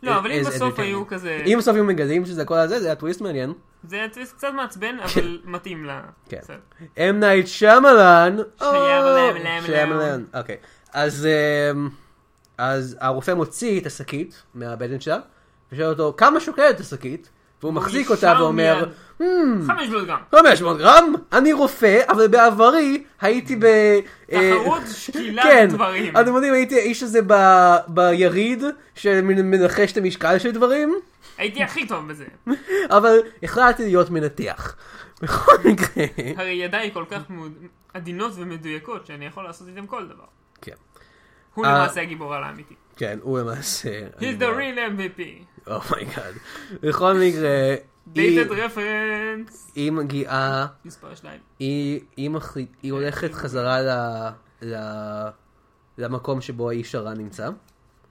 Speaker 2: לא, אבל אם
Speaker 1: as
Speaker 2: בסוף
Speaker 1: entertaining.
Speaker 2: היו כזה...
Speaker 1: אם בסוף היו מגלים שזה הכל הזה, זה היה טוויסט מעניין.
Speaker 2: זה היה טוויסט קצת מעצבן, אבל
Speaker 1: כן.
Speaker 2: מתאים לסרט.
Speaker 1: אם נייט שמלן.
Speaker 2: שמלן,
Speaker 1: שמלן. אוקיי. Oh, אז אמ, אז הרופא מוציא את השקית מהבטן שלה, ושואל אותו כמה שוקלת השקית, והוא מחזיק
Speaker 2: ישר
Speaker 1: אותה ואומר, "Hmm,
Speaker 2: מיד. חמש מאות גרם.
Speaker 1: 500 גרם, אני רופא, אבל בעברי הייתי ב... אה, כן.
Speaker 2: תחרות שקילת דברים.
Speaker 1: אתם יודעים, הייתי האיש הזה ב... ביריד, שמנחש את המשקל של דברים,
Speaker 2: הייתי הכי טוב בזה.
Speaker 1: אבל החלטתי להיות מנתח. בכל מקרה...
Speaker 2: הרי ידיי כל כך מאוד- עדינות ומדויקות, שאני יכול לעשות איתם כל דבר.
Speaker 1: כן,
Speaker 2: הוא
Speaker 1: אה. לא-
Speaker 2: למעשה הגיבור על האמיתי.
Speaker 1: כן, הוא למעשה...
Speaker 2: He's the real MVP.
Speaker 1: אומייגאד. בכל מקרה, היא-
Speaker 2: Dated reference.
Speaker 1: היא מגיעה,
Speaker 2: מספר שניים.
Speaker 1: היא- היא מחליט- היא הולכת חזרה ל- ל- למקום שבו האיש הרע נמצא,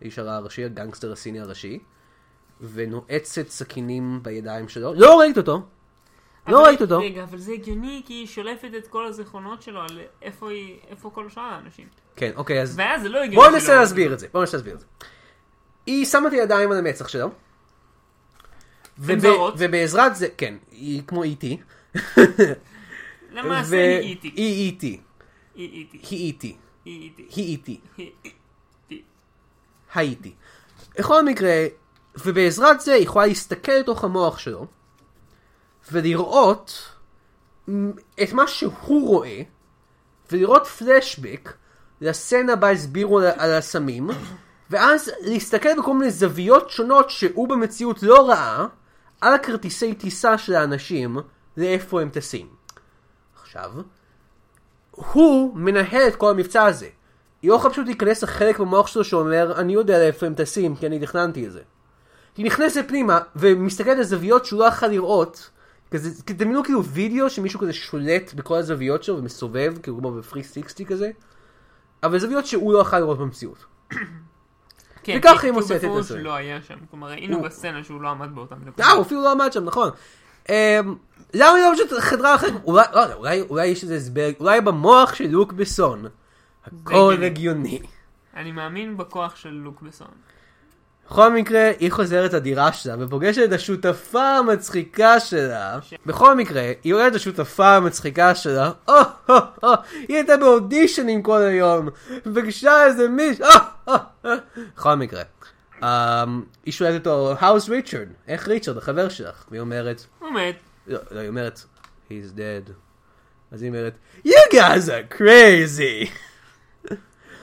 Speaker 1: האיש הרע הראשי, הגנגסטר הסיני הראשי, ונועצת סכינים בידיים שלו. לא ראית אותו! לא
Speaker 2: אבל-
Speaker 1: ראית אותו!
Speaker 2: רגע, אבל זה הגיוני, כי היא שולפת את כל הזיכרונות שלו על איפה היא, איפה כל שאר האנשים.
Speaker 1: כן, אוקיי, אז
Speaker 2: ואז זה לא הגיוני.
Speaker 1: בואו
Speaker 2: שלא-
Speaker 1: ננסה להסביר את זה. בואו ננסה להסביר את זה. היא שמה את הידיים על המצח שלו. וב-
Speaker 2: זרות.
Speaker 1: ובעזרת זה, כן, היא כמו איטי.
Speaker 2: למעשה היא איטי.
Speaker 1: היא איטי.
Speaker 2: היא איטי.
Speaker 1: היא איטי.
Speaker 2: היא איטי.
Speaker 1: היא E איטי.
Speaker 2: היא איטי.
Speaker 1: הייתי. בכל מקרה, ובעזרת זה היא יכולה להסתכל לתוך המוח שלו, ולראות מ- את מה שהוא רואה, ולראות פלשבק לסצנה בה הסבירו על, על הסמים, ואז להסתכל בכל מיני זוויות שונות שהוא במציאות לא ראה, על הכרטיסי טיסה של האנשים, לאיפה הם טסים. עכשיו, הוא מנהל את כל המבצע הזה. היא לא יכולה פשוט להיכנס לחלק במוח שלו שאומר, אני יודע לאיפה הם טסים, כי אני תכננתי את זה. היא נכנסת פנימה, ומסתכלת על זוויות שהוא לא יכול לראות, כזה, כזה- תדמיינו כאילו וידאו שמישהו כזה שולט בכל הזוויות שלו ומסובב, כאילו כמו בפרי סיקסטי כזה, אבל זוויות שהוא לא יכול לראות במציאות.
Speaker 2: כן,
Speaker 1: וככה
Speaker 2: כי-
Speaker 1: היא
Speaker 2: כי הוא
Speaker 1: מוצאת את
Speaker 2: בפירוש
Speaker 1: זה.
Speaker 2: לא היה שם. כלומר, ראינו
Speaker 1: הוא-
Speaker 2: בסצנה שהוא לא עמד באותם
Speaker 1: אה, הוא
Speaker 2: נקודות.
Speaker 1: אפילו לא עמד שם, נכון. אמ, למה היא לא פשוט חדרה אחרת? אולי, לא יודע, אולי, אולי יש איזה הסבר, אולי במוח של לוק בסון. הכל
Speaker 2: הגיוני.
Speaker 1: הגיוני.
Speaker 2: אני מאמין בכוח של לוק בסון.
Speaker 1: בכל מקרה, היא חוזרת לדירה שלה ופוגשת את השותפה המצחיקה שלה. בכל מקרה, היא רואה את השותפה המצחיקה שלה. או, או, או, היא הייתה באודישנים כל היום. פגשה איזה מישהו. או, או, או. בכל מקרה, אמ, היא שואלת אותו, How's ריצ'רד? איך ריצ'רד, החבר שלך? והיא אומרת,
Speaker 2: הוא מת.
Speaker 1: לא, לא, היא אומרת, He's dead. אז היא אומרת, You guys are crazy.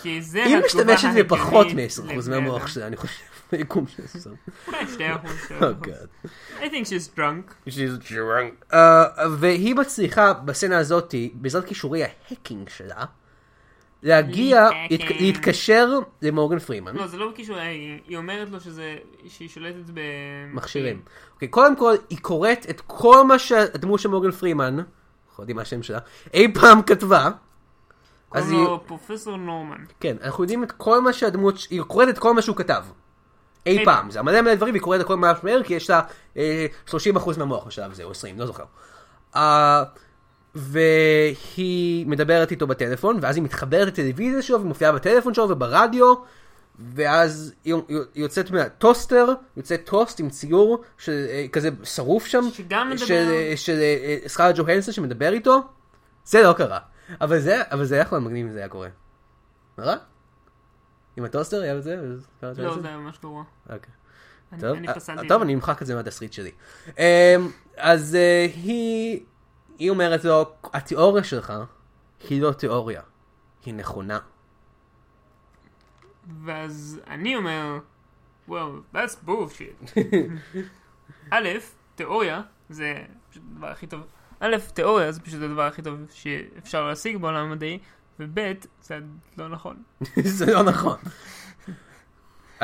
Speaker 2: כי זה
Speaker 1: היא
Speaker 2: התגובה
Speaker 1: משתמשת
Speaker 2: ההגיונית
Speaker 1: בפחות מ-10%
Speaker 2: לבני
Speaker 1: מהמוח
Speaker 2: אדם. אה,
Speaker 1: שלה, אני חושב, ביקום של 10%.
Speaker 2: אולי 2%,
Speaker 1: Oh god.
Speaker 2: 3%. I think she's drunk.
Speaker 1: She's drunk. Uh, והיא מצליחה בסצנה הזאתי, בעזרת כישורי ההקינג שלה, להגיע,
Speaker 2: להתהקינג.
Speaker 1: להת- להתקשר למורגן פרימן.
Speaker 2: לא, זה לא בקישור, היא היא אומרת לו שזה, שהיא שולטת ב...
Speaker 1: מכשירים. אוקיי, קודם כל, היא קוראת את כל מה שהדמות של מורגן פרימן, אנחנו יודעים מה השם שלה, אי פעם כתבה. אז
Speaker 2: קוראים
Speaker 1: היא,
Speaker 2: לו פרופסור נורמן.
Speaker 1: כן, אנחנו יודעים את כל מה שהדמות, היא קוראת את כל מה שהוא כתב. אי
Speaker 2: אי
Speaker 1: פעם,
Speaker 2: פעם.
Speaker 1: זה מלא מלא דברים, והיא קוראת את הכל ממש מהר, כי יש לה אה, 30% מהמוח בשלב הזה, או 20, לא זוכר. אה, והיא מדברת איתו בטלפון, ואז היא מתחברת לטלוויזיה שלו, והיא מופיעה בטלפון שלו וברדיו, ואז היא היא יוצאת מהטוסטר, יוצא טוסט עם ציור של, אה, כזה שרוף שם,
Speaker 2: שגם מדבר.
Speaker 1: של, אה, של אה, אה, סקארלט ג'והנסון שמדבר איתו, זה לא קרה. אבל זה, אבל זה היה יכול להיות מגניב אם זה היה קורה. נראה? עם הטוסטר היה את זה? סקארלט
Speaker 2: לא,
Speaker 1: ג'והנסון?
Speaker 2: זה היה ממש גרוע.
Speaker 1: אוקיי.
Speaker 2: אני-
Speaker 1: טוב,
Speaker 2: אני
Speaker 1: אה,
Speaker 2: פסלתי את
Speaker 1: טוב,
Speaker 2: זה.
Speaker 1: אני אמחק את זה מהתסריט שלי. אמ, אז אה, היא היא אומרת לו, התיאוריה שלך היא לא תיאוריה, היא נכונה.
Speaker 2: ואז אני אומר, well, that's bullshit. א', תיאוריה, זה פשוט הדבר הכי טוב. א', תיאוריה זה פשוט הדבר הכי טוב שאפשר להשיג בעולם המדעי, וב' זה לא נכון.
Speaker 1: זה לא נכון.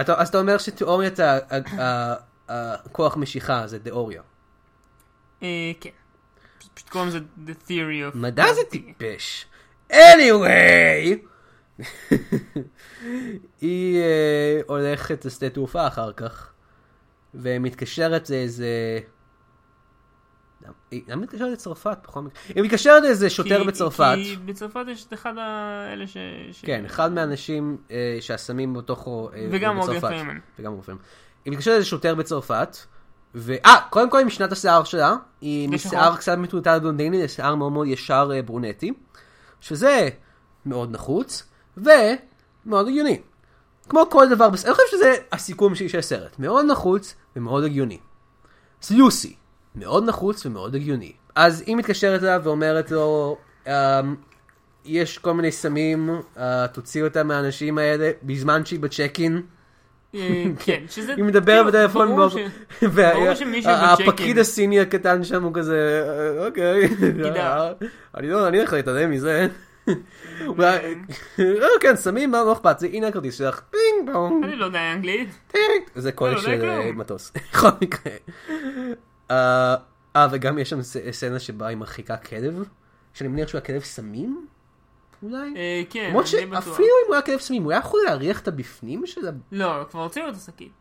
Speaker 1: אתה, אז אתה אומר שתיאוריית ה- ה- ה- הכוח משיכה זה תיאוריה.
Speaker 2: אה, כן. פשוט- פשוט קוראים לזה The Theory of...
Speaker 1: מדע זה
Speaker 2: Gravity.
Speaker 1: טיפש. anyway! היא אה, הולכת לשדה תעופה אחר כך, ומתקשרת לאיזה... היא למה מתקשרת לצרפת בכל מקרה? היא מתקשרת לאיזה שוטר
Speaker 2: כי-
Speaker 1: בצרפת.
Speaker 2: כי בצרפת יש את אחד האלה ש... ש-
Speaker 1: כן, אחד מהאנשים אה, שהסמים בתוכו אה,
Speaker 2: וגם
Speaker 1: הוא
Speaker 2: אורגן
Speaker 1: בצרפת.
Speaker 2: פרימן.
Speaker 1: וגם אורגן פרימן. היא מתקשרת לאיזה שוטר בצרפת, ו... אה, קודם כל עם שנת השיער שלה, היא
Speaker 2: לשחור.
Speaker 1: משיער קצת מטולטל בלונדיני לשיער מאוד מאוד ישר אה, ברונטי, שזה מאוד נחוץ, ומאוד הגיוני. כמו כל דבר, בס- אני חושב שזה הסיכום שלי של הסרט. מאוד נחוץ ומאוד הגיוני. אז לוסי, מאוד נחוץ ומאוד הגיוני. אז היא מתקשרת אליו ואומרת לו, אמ, יש כל מיני סמים, אה, תוציא אותם מהאנשים האלה, בזמן שהיא בצ'קין.
Speaker 2: אה, כן, שזה...
Speaker 1: היא מדברת
Speaker 2: כאילו,
Speaker 1: בטלפון,
Speaker 2: ברור
Speaker 1: ב-
Speaker 2: ש-
Speaker 1: וה-
Speaker 2: ברור שמי
Speaker 1: ה-
Speaker 2: שבצ'קין-
Speaker 1: הפקיד הסיני הקטן שם הוא כזה, "אה, אוקיי,
Speaker 2: גידה.
Speaker 1: אני לא, אני הולך להתעלם מזה. הוא היה, "אה, כן, סמים, מה, לא אכפת לי, הנה הכרטיס שלך, פינג פונג.
Speaker 2: אני לא יודע אנגלית.
Speaker 1: טינג. זה קול
Speaker 2: לא, לא
Speaker 1: של
Speaker 2: כלום.
Speaker 1: אה, מטוס. בכל מקרה. אה, אה, וגם יש שם ס- סצנה שבה היא מרחיקה כלב, שאני מניח שהוא היה כלב סמים? אולי?
Speaker 2: אה, כן,
Speaker 1: למרות
Speaker 2: אני בטוח.
Speaker 1: שאפילו אם הוא היה כלב סמים, הוא היה יכול להריח את הבפנים של ה...
Speaker 2: לא, כבר הוציאו את השקית.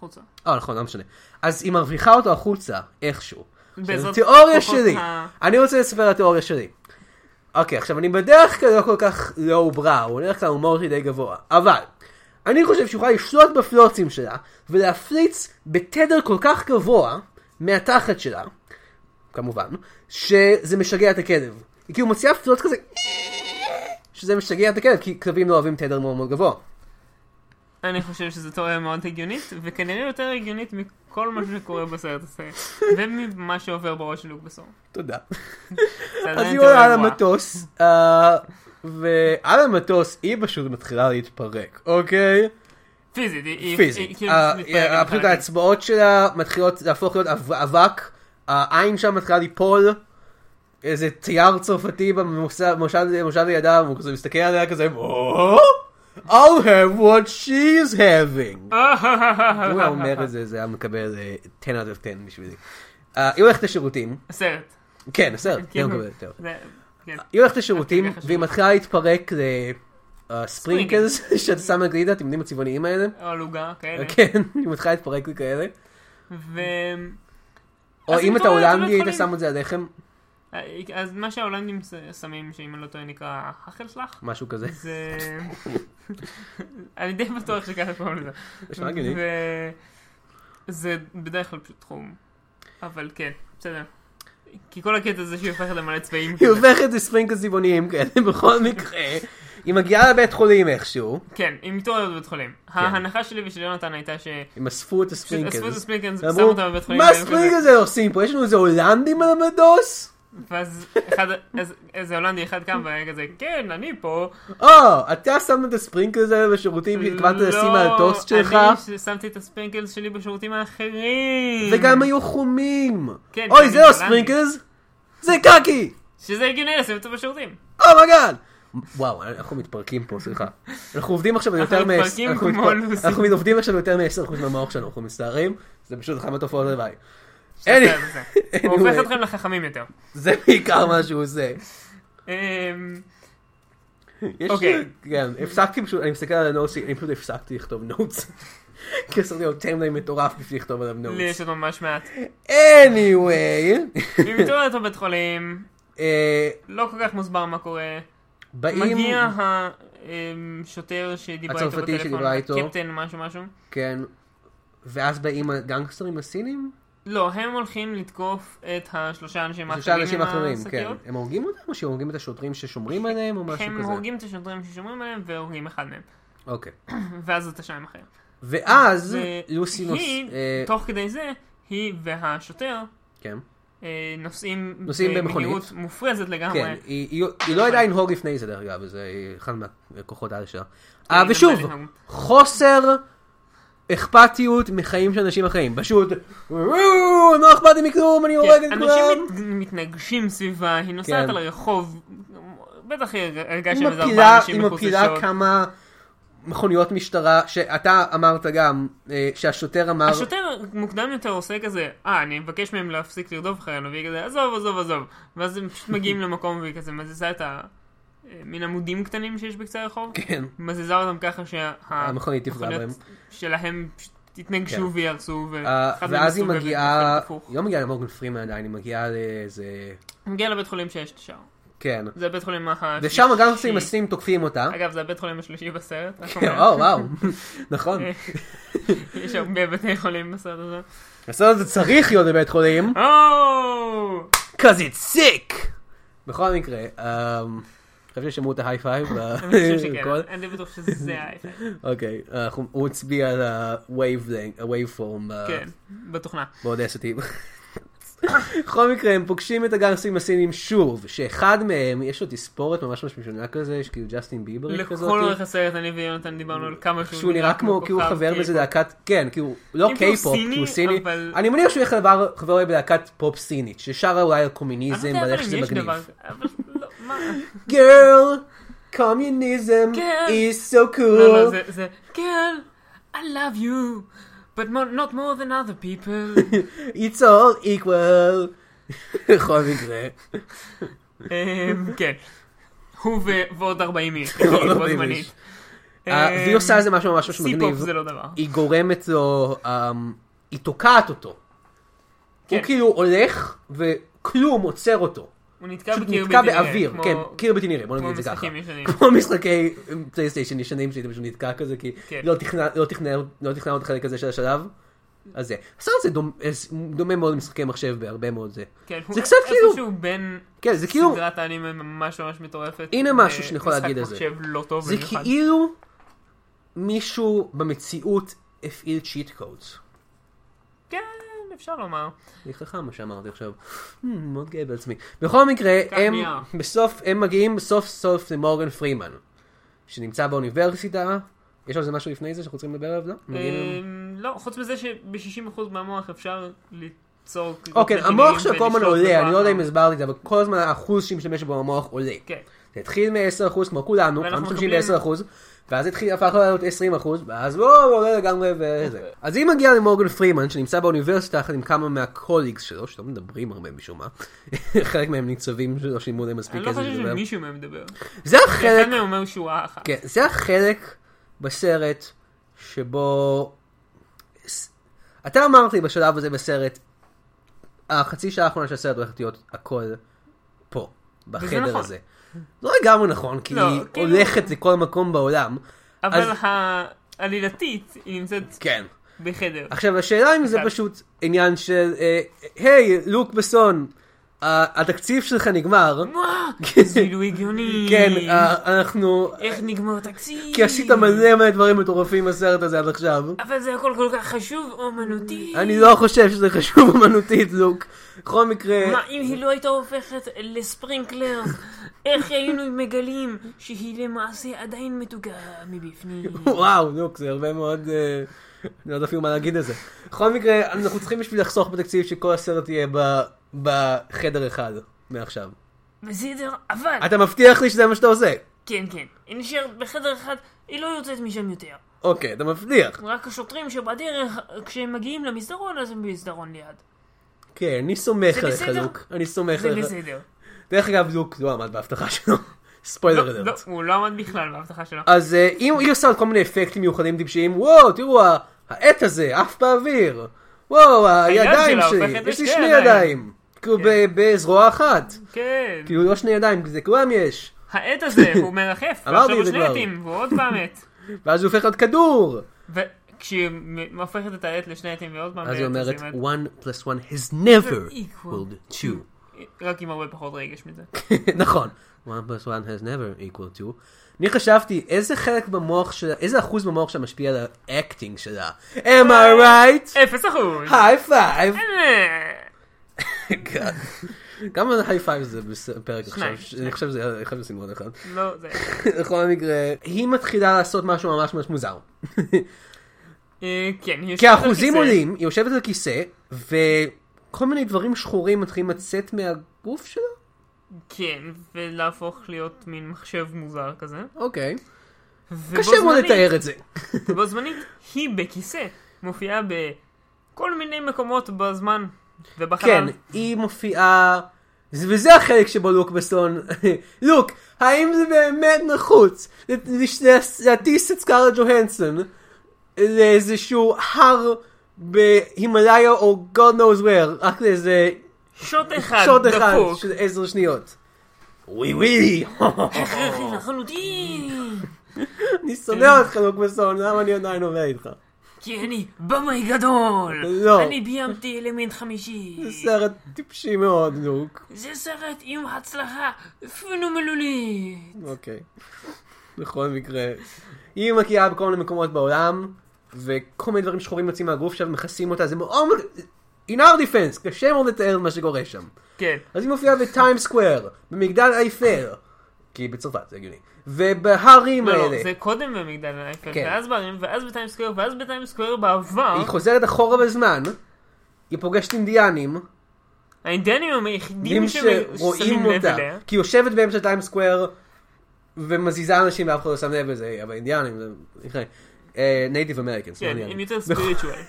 Speaker 2: חוצה.
Speaker 1: אה, נכון, לא משנה. אז היא מרוויחה אותו החוצה, איכשהו.
Speaker 2: בעזרת
Speaker 1: עכשיו, תיאוריה
Speaker 2: כוחות
Speaker 1: שלי.
Speaker 2: ה-
Speaker 1: אני רוצה לספר על התיאוריה שלי. אוקיי, עכשיו אני בדרך כלל לא כל כך לואו בראו, בדרך כלל הומור שלי די גבוה, אבל אני חושב שהיא יכולה לשלוט בפלוצים שלה ולהפליץ בתדר כל כך גבוה מהתחת שלה, כמובן, שזה משגע את הכלב. היא כאילו מוציאה פלוץ כזה, שזה משגע את הכלב, כי כלבים לא אוהבים תדר מאוד מאוד גבוה.
Speaker 2: אני חושב שזו תיאוריה מאוד הגיונית, וכנראה יותר הגיונית מכל מה שקורה בסרט הזה, וממה שעובר בראש של לוק בסור.
Speaker 1: תודה.
Speaker 2: זה
Speaker 1: אז
Speaker 2: עדיין
Speaker 1: היא
Speaker 2: תיאוריה
Speaker 1: עולה על
Speaker 2: גרועה.
Speaker 1: המטוס, אה, ועל המטוס היא פשוט מתחילה להתפרק, אוקיי?
Speaker 2: פיזית, היא- היא
Speaker 1: פיזית.
Speaker 2: היא כאילו
Speaker 1: אה,
Speaker 2: מתפרקת
Speaker 1: אה, פשוט
Speaker 2: לחלקים.
Speaker 1: האצבעות שלה מתחילות להפוך להיות אב- אבק, העין שלה מתחילה ליפול, איזה צייר צרפתי במוסד- במושב במושב לידם, הוא כזה מסתכל עליה כזה, "או, I'll have what she's having. הוא היה אומר את זה, זה היה מקבל אה, 10 out of 10 בשבילי. אה, היא הולכת לשירותים,
Speaker 2: הסרט.
Speaker 1: כן, בסדר, היא
Speaker 2: כאילו,
Speaker 1: לא מקבלת יותר.
Speaker 2: זה- כן.
Speaker 1: היא הולכת לשירותים,
Speaker 2: חשוב.
Speaker 1: והיא מתחילה להתפרק לספרינקלס של סם הגלידה, אתם יודעים הצבעוניים האלה?
Speaker 2: או עלוגה, כאלה.
Speaker 1: כן, היא מתחילה להתפרק לכאלה.
Speaker 2: ו...
Speaker 1: או
Speaker 2: אז
Speaker 1: אם
Speaker 2: אם
Speaker 1: אתה
Speaker 2: אתה לא הולך
Speaker 1: הולנדי, היית
Speaker 2: לבית
Speaker 1: שם את זה על לחם,
Speaker 2: אז מה שההולנדים ש- שמים, שאם אני לא טועה נקרא האכלסלח,
Speaker 1: משהו כזה.
Speaker 2: זה... אני די בטוח שככה קוראים לזה.
Speaker 1: זה נשמע הגיוני.
Speaker 2: ו- זה בדרך כלל פשוט תחום. אבל כן, בסדר. כי כל הקטע זה שהיא הופכת למלא צבעים.
Speaker 1: היא הופכת לספרינקלס צבעוניים כאלה בכל מקרה. היא מגיעה לבית חולים איכשהו,
Speaker 2: כן, היא מתעוררת בבית חולים.
Speaker 1: כן.
Speaker 2: ההנחה שלי ושל יונתן הייתה ש...
Speaker 1: הם אספו את
Speaker 2: פשוט אספו את
Speaker 1: הספרינקלס.
Speaker 2: הספרינקלס, שמו
Speaker 1: אמרו,
Speaker 2: אותם בבית חולים.
Speaker 1: מה
Speaker 2: והם כזה-
Speaker 1: הספרינקלס האלה עושים פה? יש לנו איזה הולנדים על המטוס?
Speaker 2: ואז אחד, אז- איזה הולנדי אחד קם והיה כזה, כן, אני פה.
Speaker 1: או, "אה, אתה שם את הספרינקלס האלה בשירותים והתכוונת לשים על הטוסט שלך?
Speaker 2: לא, אני שמתי את הספרינקלס שלי בשירותים האחרים.
Speaker 1: וגם היו חומים.
Speaker 2: כן,
Speaker 1: אוי,
Speaker 2: כן,
Speaker 1: זה לא
Speaker 2: הולנדי.
Speaker 1: ספרינקלס, זה קקי!
Speaker 2: שזה הגיוני לשים אותו בשירותים.
Speaker 1: אומייגאד! וואו, אנחנו מתפרקים פה, סליחה. אנחנו עובדים עכשיו על
Speaker 2: אנחנו
Speaker 1: יותר מ...
Speaker 2: מתפרקים כמו לוסי.
Speaker 1: אנחנו עובדים עכשיו יותר מ-10% מהמוח שלנו, אנחנו מצטערים, זה פשוט אחת מהתופעות הלוואי.
Speaker 2: שזה-
Speaker 1: Any-
Speaker 2: זה. הוא הופך
Speaker 1: anyway.
Speaker 2: אתכם לחכמים יותר.
Speaker 1: זה בעיקר מה שהוא עושה.
Speaker 2: אמ,
Speaker 1: יש-
Speaker 2: אוקיי.
Speaker 1: כן, הפסקתי פשוט, אני מסתכל על הנוטס, אני פשוט הפסקתי לכתוב נוטס. כי עשיתי יותר מדי מטורף בשביל לכתוב עליו
Speaker 2: לי
Speaker 1: נוטס.
Speaker 2: יש עוד ממש מעט.
Speaker 1: anyway,
Speaker 2: היא מתעוררת בבית חולים,
Speaker 1: אה,
Speaker 2: לא כל כך מוסבר מה קורה.
Speaker 1: באים,
Speaker 2: מגיע השוטר שדיברה איתו
Speaker 1: הצרפתי
Speaker 2: בטלפון,
Speaker 1: שדיברה איתו.
Speaker 2: קפטן משהו משהו.
Speaker 1: כן, ואז באים הגנגסטרים הסינים?
Speaker 2: לא, הם הולכים לתקוף את השלושה האנשים
Speaker 1: שלושה
Speaker 2: האחרים
Speaker 1: אנשים
Speaker 2: עם
Speaker 1: אחרים, כן.
Speaker 2: השקיות.
Speaker 1: הם הורגים אותם או שהם הורגים את השוטרים ששומרים עליהם או משהו
Speaker 2: הם
Speaker 1: כזה?
Speaker 2: הורגים את השוטרים ששומרים עליהם והורגים אחד מהם.
Speaker 1: אוקיי.
Speaker 2: ואז אתה שם אחר.
Speaker 1: ואז
Speaker 2: ו-
Speaker 1: לוסי נוס...
Speaker 2: היא,
Speaker 1: אה,
Speaker 2: תוך כדי זה, היא והשוטר
Speaker 1: כן.
Speaker 2: אה, נוסעים
Speaker 1: נוסעים במכונית.
Speaker 2: במהירות מופרזת
Speaker 1: כן,
Speaker 2: לגמרי.
Speaker 1: היא- היא היא לא ידעה לנהוג לפני זה דרך אגב, זה אחד מהכוחות העל שלה. אה, ושוב,
Speaker 2: למדה לא לנהוג.
Speaker 1: חוסר אכפתיות מחיים של אנשים אחרים. פשוט, "וואו, לא אכפת לי מכלום, אני הורג את
Speaker 2: כן,
Speaker 1: כולם.
Speaker 2: אנשים מת- מתנגשים סביבה, היא נוסעת
Speaker 1: כן.
Speaker 2: על הרחוב, בטח היא הרגה
Speaker 1: היא
Speaker 2: שם איזה
Speaker 1: מפילה-
Speaker 2: ארבעה אנשים
Speaker 1: היא
Speaker 2: מחוץ
Speaker 1: מפילה
Speaker 2: לשעות.
Speaker 1: כמה מכוניות משטרה, שאתה אמרת גם, אה, שהשוטר אמר,
Speaker 2: השוטר מוקדם יותר עושה כזה, אה, אני מבקש מהם להפסיק לרדוף אחרינו, והיא כזה, עזוב, עזוב, עזוב. ואז הם פשוט מגיעים למקום והיא כזה מזיזה את ה... אה, מין עמודים קטנים שיש בקצה הרחוב.
Speaker 1: כן,
Speaker 2: מזיזה אותם ככה
Speaker 1: המכונית
Speaker 2: שהמכוניות
Speaker 1: תפגע בהם.
Speaker 2: שלהם פשוט
Speaker 1: כן.
Speaker 2: יתנגשו ויהרסו. ו-
Speaker 1: אה,
Speaker 2: אחד מהם
Speaker 1: ואז היא
Speaker 2: מסתובב
Speaker 1: מגיעה,
Speaker 2: ונופל הפוך.
Speaker 1: היא לא מגיעה למורגן פרימן עדיין, היא מגיעה לאיזה,
Speaker 2: היא מגיעה לבית חולים שיש שם.
Speaker 1: כן,
Speaker 2: זה הבית חולים החמישי.
Speaker 1: ושם גם סימסים תוקפים אותה,
Speaker 2: אגב, זה הבית חולים השלישי בסרט. רק
Speaker 1: כן,
Speaker 2: אומרת.
Speaker 1: או וואו, נכון,
Speaker 2: אה. יש הרבה בתי חולים בסרט הזה.
Speaker 1: הסרט הזה צריך להיות בבית חולים,
Speaker 2: או!
Speaker 1: cause it's sick! בכל מקרה, אה, אני חושב ששמעו את ההיי-פייב,
Speaker 2: אני חושב שכן,
Speaker 1: והכל.
Speaker 2: אני די בטוח שזה האייפון.
Speaker 1: אוקיי, אנחנו- הוא הצביע על ה-wave
Speaker 2: כן, בתוכנה.
Speaker 1: באודסטי. בכל מקרה, הם פוגשים את הגנגסטרים הסינים שוב, שאחד מהם, יש לו תספורת ממש ממש משונה כזה, יש כאילו ג'סטין ביברי
Speaker 2: לכל
Speaker 1: כזאת, כאילו, אה,
Speaker 2: אורך הסרט אני ויונתן דיברנו על כמה
Speaker 1: שהוא נראה כמו, כאילו
Speaker 2: כוכב
Speaker 1: חבר
Speaker 2: K-pop.
Speaker 1: באיזה להקת, כן, כאילו, לא
Speaker 2: אם כי הוא
Speaker 1: קיי-פופ,
Speaker 2: סיני,
Speaker 1: כי הוא סיני,
Speaker 2: אבל-
Speaker 1: אני מניח שהוא יהיה חבר- חבר בלהקת פופ סינית, ששרה אולי על קומוניזם,
Speaker 2: אני לא
Speaker 1: ועל
Speaker 2: יודע
Speaker 1: איך
Speaker 2: אבל
Speaker 1: שזה
Speaker 2: אם יש
Speaker 1: מגניב.
Speaker 2: דבר כזה, אבל לא, מה?
Speaker 1: גרל, קומוניזם,
Speaker 2: כן.
Speaker 1: is so
Speaker 2: לא, לא,
Speaker 1: cool.
Speaker 2: זה- זה, כן, I love you, but more- not more than other people.
Speaker 1: It's all equal. בכל מקרה.
Speaker 2: אמ, כן. הוא ו- ועוד 40 איש, כאילו,
Speaker 1: ועוד 40
Speaker 2: בו
Speaker 1: איש.
Speaker 2: זמנית.
Speaker 1: אה, והיא עושה איזה משהו ממש ממש
Speaker 2: סי-פופ
Speaker 1: מגניב.
Speaker 2: זה לא דבר.
Speaker 1: היא גורמת לו, אמ, היא תוקעת אותו. הוא
Speaker 2: כן.
Speaker 1: כאילו הולך וכלום עוצר אותו.
Speaker 2: הוא נתקע
Speaker 1: פשוט
Speaker 2: בקיר
Speaker 1: נתקע
Speaker 2: בלתי נראה,
Speaker 1: באוויר,
Speaker 2: כמו-
Speaker 1: כן, קיר בלתי נראה, בוא
Speaker 2: כמו
Speaker 1: נגיד את זה ככה.
Speaker 2: משחקים ישנים.
Speaker 1: כמו משחקי פלייסטיישן ישנים שהיית פשוט נתקע כזה, כי
Speaker 2: כן.
Speaker 1: לא תכנן- לא תכנן לא תכנן עוד חלק כזה של השלב. אז זה. הסרט הזה דומ- אה, דומה מאוד למשחקי מחשב בהרבה מאוד זה.
Speaker 2: כן,
Speaker 1: זה
Speaker 2: הוא
Speaker 1: קצת כאילו-
Speaker 2: איפשהו בין
Speaker 1: כן, זה כאילו,
Speaker 2: סדרת האנימה ממש ממש מטורפת.
Speaker 1: הנה
Speaker 2: ו-
Speaker 1: משהו שאני יכול להגיד על זה.
Speaker 2: משחק מחשב לא טוב
Speaker 1: זה
Speaker 2: במיוחד.
Speaker 1: כאילו מישהו במציאות הפעיל צ'יט קודס.
Speaker 2: כן, אפשר לומר. אמ,
Speaker 1: אני חכם מה שאמרתי עכשיו. Hmm, מאוד גאה בעצמי. בכל מקרה,
Speaker 2: קח
Speaker 1: הם
Speaker 2: נייר.
Speaker 1: בסוף, הם מגיעים סוף סוף למורגן פרימן, שנמצא באוניברסיטה. יש על זה משהו לפני זה שאנחנו צריכים לדבר עליו? לא? מגיעים עם-
Speaker 2: אמ, לא, חוץ מזה שב-60% מהמוח אפשר ליצור...
Speaker 1: או כן, המוח
Speaker 2: כוחות מדיניים
Speaker 1: שלו כל הזמן
Speaker 2: ולשלוט
Speaker 1: עולה, אני לא יודע אם
Speaker 2: בכוח.
Speaker 1: הסברתי את זה, אבל כל הזמן האחוז שמשתמש בו במוח עולה.
Speaker 2: כן.
Speaker 1: זה התחיל מ-10% כמו כולנו,
Speaker 2: ואנחנו
Speaker 1: כולם משתמשים
Speaker 2: מקבלים-
Speaker 1: ב-10%, ואז התחיל, הפך לעלות 20%, ואז וואו, הוא עולה לגמרי
Speaker 2: אוקיי.
Speaker 1: וזה. אז היא מגיעה למורגן פרימן, שנמצא באוניברסיטה יחד עם כמה מהקוליגס שלו, שלא מדברים הרבה משום מה, חלק מהם ניצבים שלא שילמו להם מספיק
Speaker 2: אני לא
Speaker 1: כסף
Speaker 2: חושב
Speaker 1: לדבר.
Speaker 2: שמישהו מהם מדבר.
Speaker 1: כן, זה החלק,
Speaker 2: אחד מהם אומר שורה אחת.
Speaker 1: כן, זה החלק בסרט שבו... ס- אתה אמרת לי בשלב הזה בסרט, החצי שעה האחרונה של הסרט הולכת להיות הכל פה, בחדר
Speaker 2: נכון.
Speaker 1: הזה. לא לגמרי נכון, כי
Speaker 2: לא,
Speaker 1: היא
Speaker 2: כאילו-
Speaker 1: הולכת לכל מקום בעולם.
Speaker 2: אבל
Speaker 1: אז-
Speaker 2: העלילתית היא נמצאת
Speaker 1: כן.
Speaker 2: בחדר.
Speaker 1: עכשיו, השאלה אם זה
Speaker 2: אחד.
Speaker 1: פשוט עניין של, אה, היי, לוק בסון, ה- התקציב שלך נגמר.
Speaker 2: מה?
Speaker 1: כן.
Speaker 2: זה לא הגיוני.
Speaker 1: כן, אה, אנחנו...
Speaker 2: איך נגמר תקציב?
Speaker 1: כי עשית מלא מלא דברים מטורפים בסרט הזה עד עכשיו.
Speaker 2: אבל זה הכל כל כך חשוב, אומנותי.
Speaker 1: אני לא חושב שזה חשוב אמנותית, לוק. בכל מקרה,
Speaker 2: מה, אם היא לא הייתה הופכת לספרינקלר, איך היינו מגלים שהיא למעשה עדיין מתוקה מבפנים?
Speaker 1: וואו, לוק, זה הרבה מאוד... אה, אני לא יודע אפילו מה להגיד על זה. בכל מקרה, אנחנו צריכים בשביל לחסוך בתקציב שכל הסרט יהיה ב- בחדר אחד מעכשיו.
Speaker 2: בסדר, אבל...
Speaker 1: אתה מבטיח לי שזה מה שאתה עושה.
Speaker 2: כן, כן. היא נשארת בחדר אחד, היא לא יוצאת משם יותר.
Speaker 1: אוקיי, אתה מבטיח.
Speaker 2: רק השוטרים שבדרך, כשהם מגיעים למסדרון, אז הם במסדרון ליד.
Speaker 1: כן, אני סומך
Speaker 2: זה
Speaker 1: עליך,
Speaker 2: בסדר?
Speaker 1: לוק. אני סומך
Speaker 2: זה
Speaker 1: עליך.
Speaker 2: בסדר.
Speaker 1: דרך אגב, לוק לא עמד בהבטחה שלו. ספוילר
Speaker 2: לא, לא,
Speaker 1: אלרט.
Speaker 2: הוא לא עמד בכלל בהבטחה שלו.
Speaker 1: אז אה, אם היא עושה עוד כל מיני אפקטים מיוחדים טיפשיים, וואו, תראו, ה- העט הזה עף באוויר. וואו, הידיים
Speaker 2: שלה
Speaker 1: שלי,
Speaker 2: הופכת
Speaker 1: יש לי
Speaker 2: לשתי
Speaker 1: שני
Speaker 2: ידיים.
Speaker 1: ידיים. כאילו ב- בזרוע אחת.
Speaker 2: כן.
Speaker 1: כאילו לא שני ידיים, כי זה כולם יש.
Speaker 2: העט הזה, הוא מרחף.
Speaker 1: אמרתי את
Speaker 2: ועכשיו הוא
Speaker 1: זה
Speaker 2: שני
Speaker 1: כבר.
Speaker 2: עטים, והוא עוד פעם עט.
Speaker 1: ואז הוא הופך להיות כדור.
Speaker 2: וכשהיא מ- הופכת את העט לשני עטים ועוד פעם...
Speaker 1: אז
Speaker 2: לעט,
Speaker 1: היא אומרת,
Speaker 2: היא
Speaker 1: one plus one has never
Speaker 2: Equal
Speaker 1: equaled two.
Speaker 2: רק עם הרבה פחות רגש מזה.
Speaker 1: נכון. one plus one has never equaled two. אני חשבתי, איזה חלק במוח שלה, איזה אחוז במוח שלה משפיע על האקטינג שלה? am I right?
Speaker 2: אפס אחוז.
Speaker 1: high five.
Speaker 2: אה,
Speaker 1: God. כמה היי פייב זה בפרק
Speaker 2: שניים,
Speaker 1: עכשיו? אני חושב שזה אני חושב שעשינו עוד אחד.
Speaker 2: לא, זה...
Speaker 1: בכל מקרה, היא מתחילה לעשות משהו ממש ממש מוזר.
Speaker 2: אה, כן, היא יושבת
Speaker 1: כי
Speaker 2: על
Speaker 1: האחוזים
Speaker 2: כיסא.
Speaker 1: עולים, היא יושבת על כיסא, וכל מיני דברים שחורים מתחילים לצאת מהגוף שלה?
Speaker 2: כן, ולהפוך להיות מין מחשב מוזר כזה.
Speaker 1: אוקיי.
Speaker 2: ובו
Speaker 1: קשה מאוד
Speaker 2: זמנית-
Speaker 1: לתאר את זה.
Speaker 2: ובו זמנית, היא בכיסא, מופיעה בכל מיני מקומות בזמן ובחלל.
Speaker 1: כן, היא מופיעה... זה- וזה החלק שבו לוק בסון, לוק, האם זה באמת נחוץ לש- להס- להטיס את סקארלה ג'והנסון לאיזשהו הר בהימאליה או God knows where, רק לאיזה
Speaker 2: שוט אחד,
Speaker 1: שוט אחד
Speaker 2: אה, דפוק.
Speaker 1: של עשר שניות. ווי ווי,
Speaker 2: הכרחי לחלוטין,
Speaker 1: אני שונא אותך לוק בסון, למה אני עדיין עובד איתך?
Speaker 2: כי אני במאי גדול.
Speaker 1: לא.
Speaker 2: אני ביימתי אלמנט חמישי.
Speaker 1: זה סרט טיפשי מאוד, לוק.
Speaker 2: זה סרט עם הצלחה פנומלולית.
Speaker 1: אוקיי. בכל מקרה, היא מגיעה בכל מיני מקומות בעולם, וכל מיני דברים שחורים יוצאים מהגוף שלה ומכסים אותה, זה מאוד... In our defense, קשה מאוד לתאר מה שקורה שם.
Speaker 2: כן.
Speaker 1: אז היא מופיעה בטיים סקוואר, במגדל אייפל, כי בצרפת, זה הגיוני, ובהרים
Speaker 2: לא,
Speaker 1: האלה.
Speaker 2: לא, זה קודם במגדל האייפל,
Speaker 1: כן.
Speaker 2: ואז בערים, ואז בטיים סקוויר, ואז בטיים סקוויר בעבר,
Speaker 1: היא חוזרת אחורה בזמן, היא פוגשת אינדיאנים,
Speaker 2: האינדיאנים הם היחידים
Speaker 1: דים
Speaker 2: ששמים
Speaker 1: שרואים
Speaker 2: לב
Speaker 1: אותה,
Speaker 2: אליה. כן,
Speaker 1: כי היא יושבת באמצע טיים סקוואר ומזיזה אנשים ואף אחד לא שם לב לזה, אבל אינדיאנים זה... אה, נייטיב אמריקאנס,
Speaker 2: כן, הם יותר
Speaker 1: לא.
Speaker 2: ספיריטואל.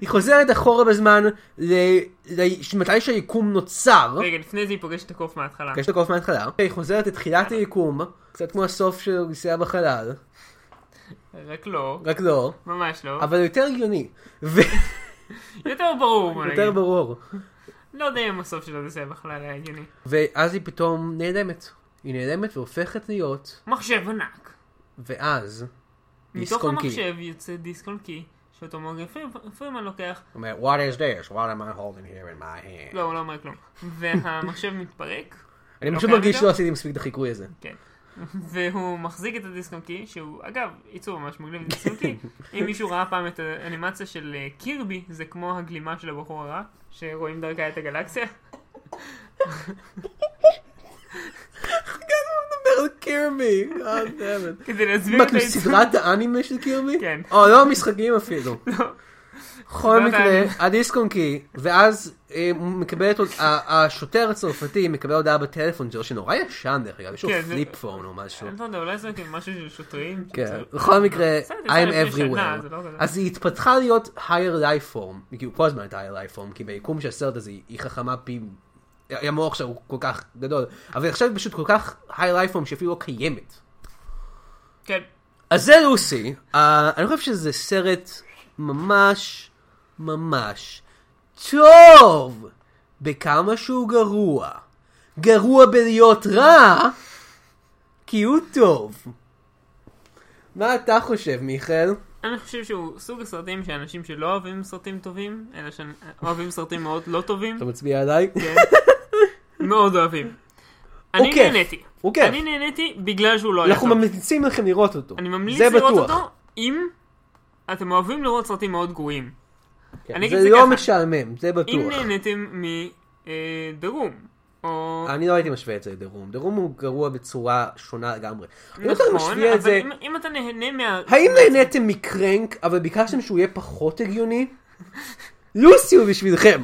Speaker 1: היא חוזרת אחורה בזמן ל- ל- מתי שהיקום נוצר,
Speaker 2: רגע, לפני זה היא פוגשת את הקוף מההתחלה.
Speaker 1: יש לקוף מההתחלה, היא חוזרת לתחילת היקום, קצת כמו הסוף של נסיעה בחלל,
Speaker 2: רק לא,
Speaker 1: רק לא,
Speaker 2: ממש לא.
Speaker 1: אבל יותר הגיוני, ויותר
Speaker 2: יותר ברור, בוא נגיד.
Speaker 1: ברור,
Speaker 2: לא יודע אם הסוף שלו זה בכלל היה הגיוני.
Speaker 1: ואז היא פתאום נעלמת, היא נעלמת והופכת להיות,
Speaker 2: מחשב ענק.
Speaker 1: ואז,
Speaker 2: מתוך
Speaker 1: דיסק-און-קי.
Speaker 2: המחשב יוצא דיסק און קי, שאותו מורגן פרימ- פרימן לוקח,
Speaker 1: אומרת, what is this? what am I holding here in my hand?
Speaker 2: לא, הוא לא אומר כלום. והמחשב מתפרק,
Speaker 1: אני
Speaker 2: לא
Speaker 1: פשוט
Speaker 2: קיים
Speaker 1: מרגיש
Speaker 2: יותר?
Speaker 1: שלא עשיתי מספיק את החיקוי הזה.
Speaker 2: כן. והוא מחזיק את הדיסק און קי, שהוא אגב, ייצור ממש מגניב דיסק און קי. אם מישהו ראה פעם את האנימציה של אה, קירבי, זה כמו הגלימה של הבחור הרע, שרואים דרכה את הגלקסיה.
Speaker 1: מדבר על קירבי, God damn it.
Speaker 2: כדי להסביר
Speaker 1: מה,
Speaker 2: את
Speaker 1: כאילו
Speaker 2: הייצור.
Speaker 1: סדרת האנימה של קירבי?
Speaker 2: כן. לא.
Speaker 1: או לא המשחקים אפילו. בכל
Speaker 2: סדרת
Speaker 1: מקרה,
Speaker 2: האנימה.
Speaker 1: הדיסק און קי, ואז אה, הוא מקבל את הוד- ה- השוטר הצרפתי מקבל הודעה בטלפון שלו, שנורא ישן דרך אגב, יש לו
Speaker 2: כן, זה-
Speaker 1: פליפ פון או משהו.
Speaker 2: אני לא יודע, אולי זה כאילו משהו של שוטרים.
Speaker 1: כן,
Speaker 2: שצריך-
Speaker 1: בכל מקרה,
Speaker 2: בסדר, זה היה
Speaker 1: I'm
Speaker 2: לפני שנה,
Speaker 1: everywhere.
Speaker 2: זה לא כזה.
Speaker 1: אז היא התפתחה להיות higher life form, היא כאילו כל הזמן הייתה higher life form, כי ביקום של הסרט הזה היא- היא חכמה פי... המוח שלה הוא כל כך גדול, אבל עכשיו היא פשוט כל כך higher life form שאפילו לא קיימת.
Speaker 2: כן.
Speaker 1: אז זה לוסי, uh, אני חושב שזה סרט ממש ממש טוב בכמה שהוא גרוע. גרוע בלהיות רע, כי הוא טוב. מה אתה חושב, מיכאל?
Speaker 2: אני חושב שהוא סוג הסרטים שאנשים שלא אוהבים סרטים טובים, אלא שאוהבים סרטים מאוד לא טובים,
Speaker 1: אתה מצביע עליי?
Speaker 2: כן. מאוד אוהבים. אני
Speaker 1: הוא כיף.
Speaker 2: נהניתי.
Speaker 1: הוא כיף.
Speaker 2: אני נהניתי בגלל שהוא לא היה
Speaker 1: אנחנו
Speaker 2: טוב.
Speaker 1: ממליצים לכם לראות אותו.
Speaker 2: אני ממליץ
Speaker 1: זה
Speaker 2: לראות
Speaker 1: בטוח.
Speaker 2: אותו אם אתם אוהבים לראות סרטים מאוד גרועים.
Speaker 1: כן,
Speaker 2: אני אגיד
Speaker 1: זה
Speaker 2: זה
Speaker 1: לא
Speaker 2: ככה.
Speaker 1: משעמם, זה בטוח.
Speaker 2: אם נהניתם מ"דה רום", או...
Speaker 1: אני לא הייתי משווה את זה לדרום. דרום הוא גרוע בצורה שונה לגמרי. אני לא יודע אם
Speaker 2: נכון,
Speaker 1: משווה את
Speaker 2: אבל
Speaker 1: זה...
Speaker 2: אם- אם אתה נהנה מה...
Speaker 1: האם נהניתם מקרנק, אבל ביקשתם שהוא יהיה פחות הגיוני? לוסי הוא בשבילכם.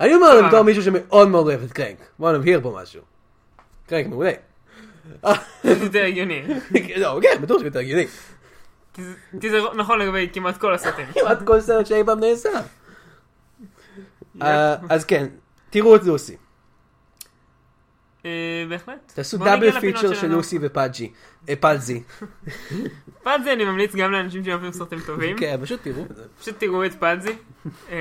Speaker 1: אני אומר לכם בתור מישהו שמאוד מאוד אוהב את קרנק. בואו נבהיר פה משהו. קרנק מעולה.
Speaker 2: זה יותר הגיוני.
Speaker 1: לא, כן, בטוח שהוא יותר הגיוני.
Speaker 2: כי זה- כי זה נכון לגבי כמעט כל הסרטים.
Speaker 1: כמעט כל סרט שאי פעם נעשה. אה, אז כן, תראו את לוסי.
Speaker 2: אה, בהחלט.
Speaker 1: תעשו
Speaker 2: בוא נגיע
Speaker 1: דאבל
Speaker 2: לפינות
Speaker 1: פיצ'ר של
Speaker 2: שלנו.
Speaker 1: לוסי ופאג'י. אה, פלזי.
Speaker 2: פאדזי אני ממליץ גם לאנשים שאוהבים סרטים טובים.
Speaker 1: כן, פשוט תראו את זה.
Speaker 2: פשוט תראו את פאדזי. אמ,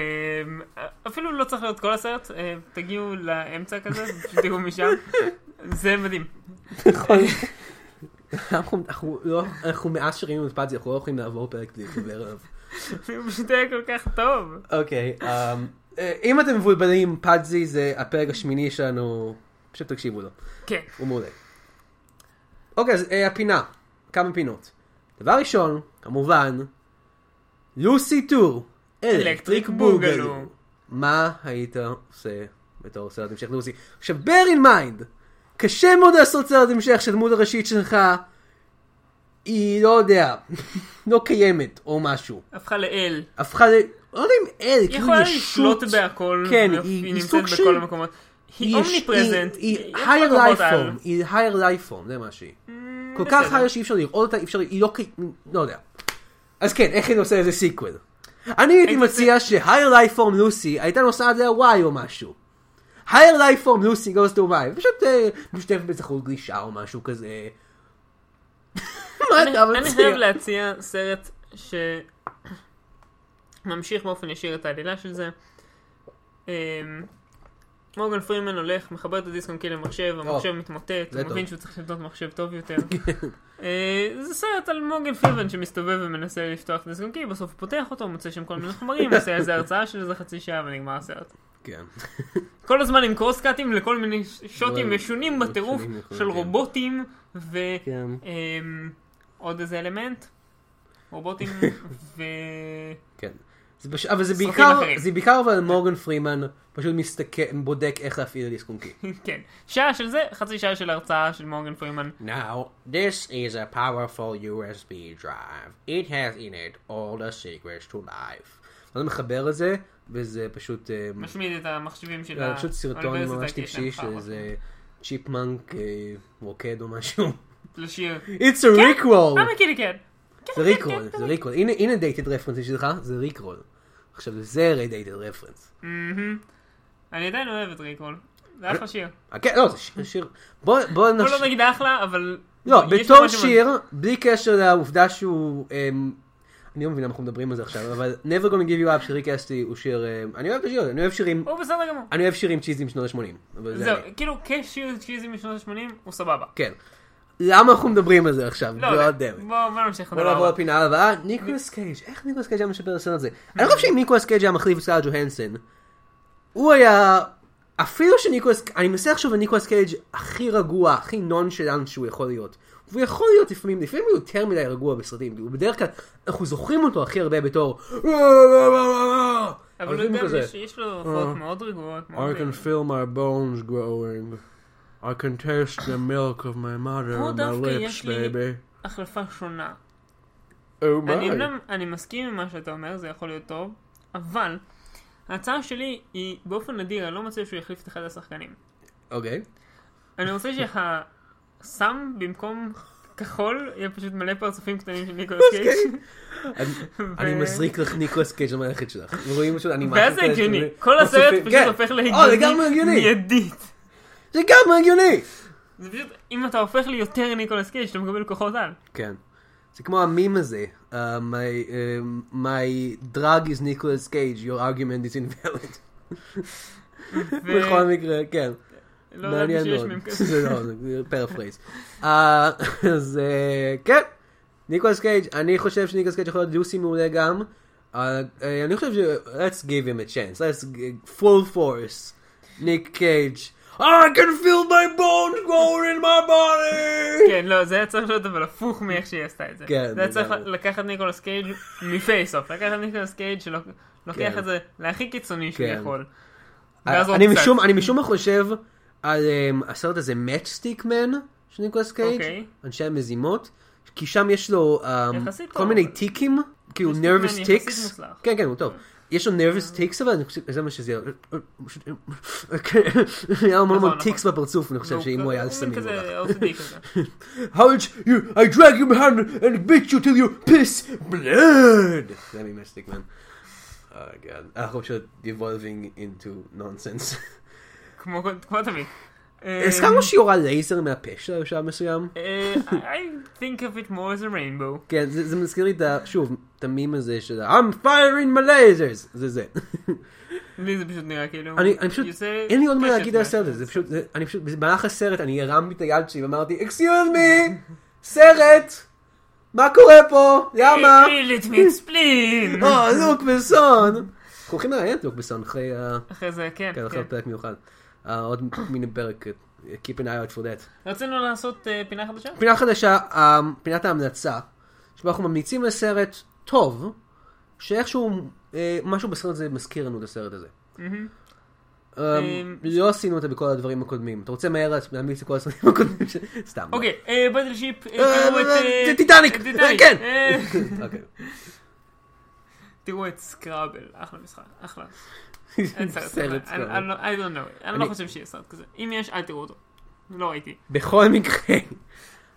Speaker 2: אפילו לא צריך להיות כל הסרט, אה, תגיעו לאמצע כזה, פשוט תראו משם. זה מדהים. נכון.
Speaker 1: אנחנו- אנחנו לא- אנחנו מאז שראינו את פאג'י, אנחנו לא יכולים לעבור פרק בלי לדבר עליו.
Speaker 2: הוא פשוט היה כל כך טוב.
Speaker 1: אוקיי, אמ, אה, אם אתם מבולבלים, פאדזי זה הפרק השמיני שלנו, פשוט תקשיבו לו,
Speaker 2: כן.
Speaker 1: הוא מעולה. אוקיי, אז אה, הפינה, כמה פינות. דבר ראשון, כמובן, לוסי טור, אלקטריק בוגלו. מה היית עושה בתור סרט המשך לוסי? עכשיו, bear in mind, קשה מאוד לעשות סרט המשך של דמות הראשית שלך, היא לא יודע, לא קיימת או משהו.
Speaker 2: הפכה לאל.
Speaker 1: הפכה ל... לא יודע אם אל,
Speaker 2: היא
Speaker 1: כאילו
Speaker 2: יכולה
Speaker 1: ישות.
Speaker 2: לשלוט בהכל.
Speaker 1: כן,
Speaker 2: והיא-
Speaker 1: היא- היא
Speaker 2: היא נמצאת
Speaker 1: סוג של-
Speaker 2: בכל המקומות. היא אומניפרזנט.
Speaker 1: היא
Speaker 2: יש לה
Speaker 1: higher
Speaker 2: כוחות
Speaker 1: life
Speaker 2: על. Mm,
Speaker 1: form, היא higher life form, זה מה שהיא. כל כך
Speaker 2: בסדר.
Speaker 1: higher שאי אפשר לראות אותה, אי אפשר, היא לא כ... לא יודע. אז כן, איך היא עושה איזה סיקוול? אני הייתי
Speaker 2: עושה-
Speaker 1: מציע ש-higher life form לוסי הייתה נוסעת ל-Y או משהו. higher life form לוסי goes to Y, פשוט אה, משתתפת באיזה חוג גלישה או משהו כזה. מה אתה
Speaker 2: אני- אני חייב
Speaker 1: מציע?
Speaker 2: להציע סרט שממשיך באופן ישיר את העלילה של זה. אמ, מורגן פרימן הולך, מחבר את הדיסק-און-קי למחשב, המחשב מתמוטט,
Speaker 1: זה
Speaker 2: הוא מבין
Speaker 1: טוב. כן.
Speaker 2: שהוא צריך לבנות מחשב טוב יותר. אה, זה סרט על מורגן פרימן שמסתובב ומנסה לפתוח דיסק-און-קי, בסוף הוא פותח אותו, מוצא שם כל מיני חומרים, עושה איזה הרצאה של איזה חצי שעה ונגמר הסרט.
Speaker 1: כן.
Speaker 2: כל הזמן עם קרוס קאטים לכל מיני ש- שוטים
Speaker 1: וואי,
Speaker 2: משונים בטירוף
Speaker 1: משונים לחלוטין.
Speaker 2: של רובוטים ו...
Speaker 1: כן.
Speaker 2: אמ, עוד איזה אלמנט, רובוטים ו...
Speaker 1: כן. זה פש... אבל זה
Speaker 2: סרטים
Speaker 1: בעיקר,
Speaker 2: אחרים.
Speaker 1: זה בעיקר אבל מורגן פרימן פשוט מסתכל, בודק איך להפעיל את דיסקונקי.
Speaker 2: כן, שעה של זה, חצי שעה של הרצאה של מורגן פרימן.
Speaker 1: Now, this is a powerful USB drive. It has in it all the secrets to life. אני מחבר את זה, וזה פשוט... אה,
Speaker 2: משמיד את המחשבים של
Speaker 1: זה אה, פשוט סרטון
Speaker 2: האוניברסיטה, כן, נכון,
Speaker 1: ממש
Speaker 2: כי יש להם
Speaker 1: טיפשי
Speaker 2: חרא.
Speaker 1: שזה צ'יפמנק אה, רוקד או משהו.
Speaker 2: נכון. לשיר.
Speaker 1: It's a
Speaker 2: אה,
Speaker 1: ריקרול!
Speaker 2: מכיר לי כן. כן,
Speaker 1: זה
Speaker 2: כן,
Speaker 1: ריקרול,
Speaker 2: כן,
Speaker 1: זה
Speaker 2: כן.
Speaker 1: ריקרול. הנה- הנה דייטד רפרנס שלך, זה ריקרול. עכשיו זה הרי דייטד רפרנס.
Speaker 2: מהמם. אני עדיין אוהב את ריקרול. זה אחלה שיר.
Speaker 1: כן, לא, זה ש- שיר... בוא בוא
Speaker 2: בוא
Speaker 1: נש...
Speaker 2: לא נגיד אחלה, אבל...
Speaker 1: לא,
Speaker 2: יש לו
Speaker 1: בתור
Speaker 2: משהו-
Speaker 1: שיר, בלי קשר לעובדה שהוא... אמ, אני לא מבין למה אנחנו מדברים על זה עכשיו, אבל never gonna give you up של ריק אסטי הוא שיר... אמ, אני אוהב את השיר הזה, אני אוהב שירים...
Speaker 2: הוא בסדר גמור.
Speaker 1: אני אוהב שירים צ'יזים משנות ה-80.
Speaker 2: זהו, כאילו, כשיר צ'יזי משנות ה-80, הוא סבבה.
Speaker 1: כן. למה אנחנו מדברים על זה עכשיו?
Speaker 2: לא
Speaker 1: God
Speaker 2: יודע.
Speaker 1: damn it.
Speaker 2: בוא בוא נמשיך.
Speaker 1: בוא
Speaker 2: לדבר
Speaker 1: נעבור
Speaker 2: הבא.
Speaker 1: לפינה הבאה, ניקולס קייג', איך ניקולס קייג' היה משפר את הסרט הזה? אני לא חושב שאם ניקולס קייג' היה מחליף את סקארל ג'והנסן, הוא היה... אפילו שניקולס, אני מנסה לחשוב על ניקולס קייג' הכי רגוע, הכי נון שלנו שהוא יכול להיות. הוא יכול להיות לפעמים, לפעמים הוא יותר מדי רגוע בסרטים, הוא בדרך כלל, אנחנו זוכרים אותו הכי הרבה בתור...
Speaker 2: אבל
Speaker 1: לפעמים
Speaker 2: הוא
Speaker 1: הוא
Speaker 2: גם,
Speaker 1: כזה,
Speaker 2: יש- יש לו
Speaker 1: אה.
Speaker 2: הופעות מאוד רגועות. מאוד
Speaker 1: I can feel my bones growing. I can taste the milk of my mother
Speaker 2: פה
Speaker 1: on my
Speaker 2: דווקא יש
Speaker 1: lips,
Speaker 2: לי-
Speaker 1: baby.
Speaker 2: החלפה שונה.
Speaker 1: Oh
Speaker 2: אני לא-
Speaker 1: my.
Speaker 2: אמנם, אני מסכים עם מה שאתה אומר, זה יכול להיות טוב, אבל ההצעה שלי היא, באופן נדיר, אני לא מציע שהוא יחליף את אחד השחקנים.
Speaker 1: אוקיי.
Speaker 2: אני רוצה שהסם במקום כחול, יהיה פשוט מלא פרצופים קטנים של ניקולס
Speaker 1: אוקיי.
Speaker 2: קייג'. אוקיי.
Speaker 1: אני מזריק לך ניקולס קייג' למערכת שלך. רואים פשוט אנימציה.
Speaker 2: ואז זה
Speaker 1: כזה
Speaker 2: הגיוני.
Speaker 1: שאתם-
Speaker 2: כל הסרט
Speaker 1: מוסיפים-
Speaker 2: פשוט
Speaker 1: כן.
Speaker 2: הופך
Speaker 1: או, זה גם
Speaker 2: להגיוני
Speaker 1: הגיוני.
Speaker 2: מיידית.
Speaker 1: זה גם הגיוני.
Speaker 2: זה פשוט, אם אתה הופך ליותר ניקולס קייג', אתה מקבל כוחות על.
Speaker 1: כן. זה כמו המים הזה. uh, my, uh, My drug is ניקולס קייג', your argument is invalid.
Speaker 2: ו-
Speaker 1: בכל מקרה, כן.
Speaker 2: לא ידעתי
Speaker 1: מעניין
Speaker 2: שיש
Speaker 1: מאוד.
Speaker 2: מ"ם כזה.
Speaker 1: זה לא, זה פרפרייז. אה, אז אה, כן, ניקולס קייג', אני חושב שניקולס קייג' יכול להיות לוסי מעולה גם. אה, אה, אני חושב ש... let's give him a chance, let's g- full force, ניק קייג'. I can feel my bones growing in my body!
Speaker 2: כן, לא, זה היה צריך להיות אבל הפוך מאיך שהיא עשתה את זה.
Speaker 1: כן,
Speaker 2: זה היה צריך
Speaker 1: לגמרי.
Speaker 2: לקחת ניקולס קייג' מפייסוף, לקחת ניקולס קייג' שלוקח
Speaker 1: כן.
Speaker 2: את זה להכי קיצוני שהוא
Speaker 1: כן.
Speaker 2: יכול. ואז
Speaker 1: אה, אני
Speaker 2: עוד קצת.
Speaker 1: משום, אני משום מה חושב על אמ, הסרט הזה, Matchstick Man, של ניקולס קייג',
Speaker 2: אוקיי.
Speaker 1: אנשי המזימות, כי שם יש לו אמ,
Speaker 2: יחסית
Speaker 1: כל
Speaker 2: טוב,
Speaker 1: מיני
Speaker 2: אבל-
Speaker 1: טיקים, כאילו
Speaker 2: Matchstick Man
Speaker 1: nervous
Speaker 2: יחסית
Speaker 1: ticks,
Speaker 2: מוצלח. אה.
Speaker 1: כן כן הוא טוב, יש לו nervous ticks אבל אני חושב, זה מה שזה, פשוט- היה לו המון המון
Speaker 2: נכון,
Speaker 1: ticks
Speaker 2: נכון.
Speaker 1: בפרצוף, אני חושב
Speaker 2: והוא
Speaker 1: שאם הוא היה על
Speaker 2: מין
Speaker 1: סמים, הוא לא הלך.
Speaker 2: כזה OCD כזה.
Speaker 1: How did you, I drag you behind and beat you till you piss blood. זה ממשטיק מן. Oh אנחנו פשוט devolving into nonsense.
Speaker 2: כמו כמו תמיד. אה,
Speaker 1: הסכמנו שהיא יורה לייזר מהפה שלה בשלב מסוים?
Speaker 2: אה, I think of it more as a rainbow.
Speaker 1: כן, זה זה מזכיר לי את ה... שוב, את המים הזה של ה- I'm firing my lasers! זה זה.
Speaker 2: לי זה פשוט נראה כאילו...
Speaker 1: אני אני פשוט,
Speaker 2: יוצא
Speaker 1: אין לי עוד מה
Speaker 2: קשת
Speaker 1: להגיד על
Speaker 2: מה-
Speaker 1: הסרט הזה, זה פשוט, זה- אני פשוט, במהלך הסרט אני הרמתי את היד שלי ואמרתי, אקסיוז מי, סרט, מה קורה פה, למה?
Speaker 2: Hey, let me explain.
Speaker 1: אה, לוק בסון. אנחנו הולכים לראיין את לוק בסון אחרי ה-
Speaker 2: אחרי זה, כן,
Speaker 1: כן, אחרי
Speaker 2: כן.
Speaker 1: פרק מיוחד. אה, עוד מיני פרק, אה, Keep an eye out for that.
Speaker 2: רצינו לעשות אה, פינה חדשה?
Speaker 1: פינה חדשה, אה, פינת ההמלצה, שבה אנחנו ממליצים לסרט טוב, שאיכשהו אה, משהו בסרט הזה מזכיר לנו את הסרט הזה. אה,
Speaker 2: Mm-hmm. אמ,
Speaker 1: לא עשינו את זה בכל הדברים הקודמים. אתה רוצה מהר להמליץ לכל הסרטים הקודמים? ש- סתם. לא.
Speaker 2: אוקיי, אה, בטלשיפ, אה,
Speaker 1: אה,
Speaker 2: תראו את... אה,
Speaker 1: זה טיטניק!
Speaker 2: את טיטניק.
Speaker 1: כן.
Speaker 2: אה,
Speaker 1: אוקיי.
Speaker 2: תראו את סקראבל, אחלה משחק, אחלה. אין סרט
Speaker 1: סרט
Speaker 2: כזה. אני-
Speaker 1: כזה.
Speaker 2: אני לא- I don't know. אני לא חושב שיהיה סרט כזה. אם יש, אל תראו אותו. לא ראיתי.
Speaker 1: בכל מקרה,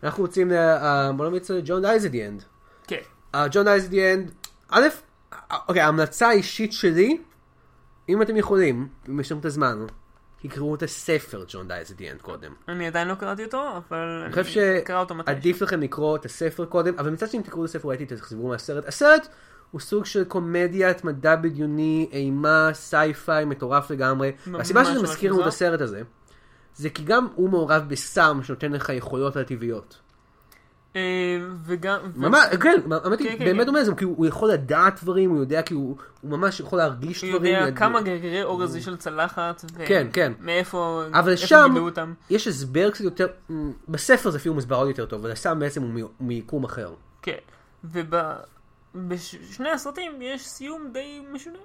Speaker 1: אנחנו רוצים, ל- אה, בוא נמיץ ג'ון דייז את the end.
Speaker 2: כן.
Speaker 1: ג'ון דייז את the end, א', אוקיי, ההמלצה האישית שלי, אם אתם יכולים, אם יש לכם את הזמן, תקראו את הספר ג'ון דייז את the end קודם.
Speaker 2: אני עדיין לא קראתי אותו, אבל
Speaker 1: אני חושב
Speaker 2: אקרא אותו מתי.
Speaker 1: שעדיף לכם לקרוא את הספר קודם, אבל מצד שני אם תקראו את הספר ראיתי תחזרו מהסרט. הסרט הוא סוג של קומדיית מדע בדיוני, אימה, סייפיי, מטורף לגמרי. והסיבה שזה
Speaker 2: ממש
Speaker 1: מזכיר לנו את
Speaker 2: מוזר.
Speaker 1: הסרט הזה, זה כי גם הוא מעורב בסם שנותן לך יכולות על טבעיות.
Speaker 2: אה, וגם... ו-
Speaker 1: ממש, כן, האמת
Speaker 2: כן,
Speaker 1: היא,
Speaker 2: כן,
Speaker 1: באמת
Speaker 2: כן.
Speaker 1: דומה לזה, כי הוא הוא יכול לדעת דברים, הוא יודע, כי הוא הוא ממש יכול להרגיש
Speaker 2: הוא
Speaker 1: דברים.
Speaker 2: יודע
Speaker 1: יד-
Speaker 2: כמה גרגרי אורזי של צלחת, ו-
Speaker 1: כן, כן.
Speaker 2: מאיפה
Speaker 1: אבל
Speaker 2: איפה
Speaker 1: שם
Speaker 2: גילו אותם.
Speaker 1: יש הסבר קצת יותר, בספר זה אפילו מוסבר עוד יותר טוב, אבל הסם בעצם הוא מ- מיקום אחר.
Speaker 2: כן. ובשני הסרטים יש סיום די משונה.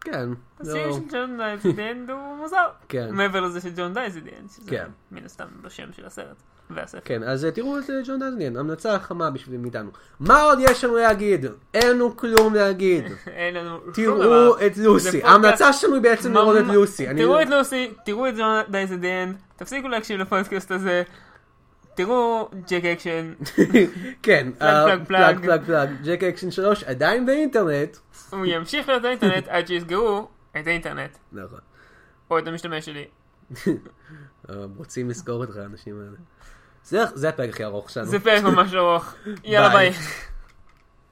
Speaker 1: כן.
Speaker 2: הסיום
Speaker 1: לא-
Speaker 2: של ג'ון דייזידנד הוא מוזר.
Speaker 1: כן.
Speaker 2: מעבר לזה של ג'ון דייזידנד, שזה
Speaker 1: כן.
Speaker 2: מן הסתם בשם של הסרט. והספר.
Speaker 1: כן, אז אה, תראו את אה, ג'ון דזניאן, המלצה חמה בשביל מאיתנו. מה עוד יש לנו להגיד? אין לנו כלום להגיד.
Speaker 2: אין לנו שום דבר.
Speaker 1: תראו את לוסי.
Speaker 2: נכון, זה
Speaker 1: ההמלצה
Speaker 2: פודקאסט
Speaker 1: שלנו היא בעצם לראות את
Speaker 2: ממ-
Speaker 1: לוסי. אני- לא-
Speaker 2: תראו את לוסי, תראו את ג'ון דייזידנד, תפסיקו להקשיב לפודקאסט הזה, תראו ג'ק אקשן,
Speaker 1: כן, אה,
Speaker 2: פלאג, פלאג,
Speaker 1: פלאג פלאג פלאג. ג'ק אקשן 3 עדיין באינטרנט.
Speaker 2: הוא ימשיך להיות באינטרנט עד שיסגרו את האינטרנט,
Speaker 1: נכון.
Speaker 2: או את המשתמש שלי.
Speaker 1: אה, רוצים לזכור אותך האנשים האלה. זה- זה הפרק הכי ארוך שלנו.
Speaker 2: זה פרק ממש ארוך, יאללה
Speaker 1: ביי.
Speaker 2: ביי.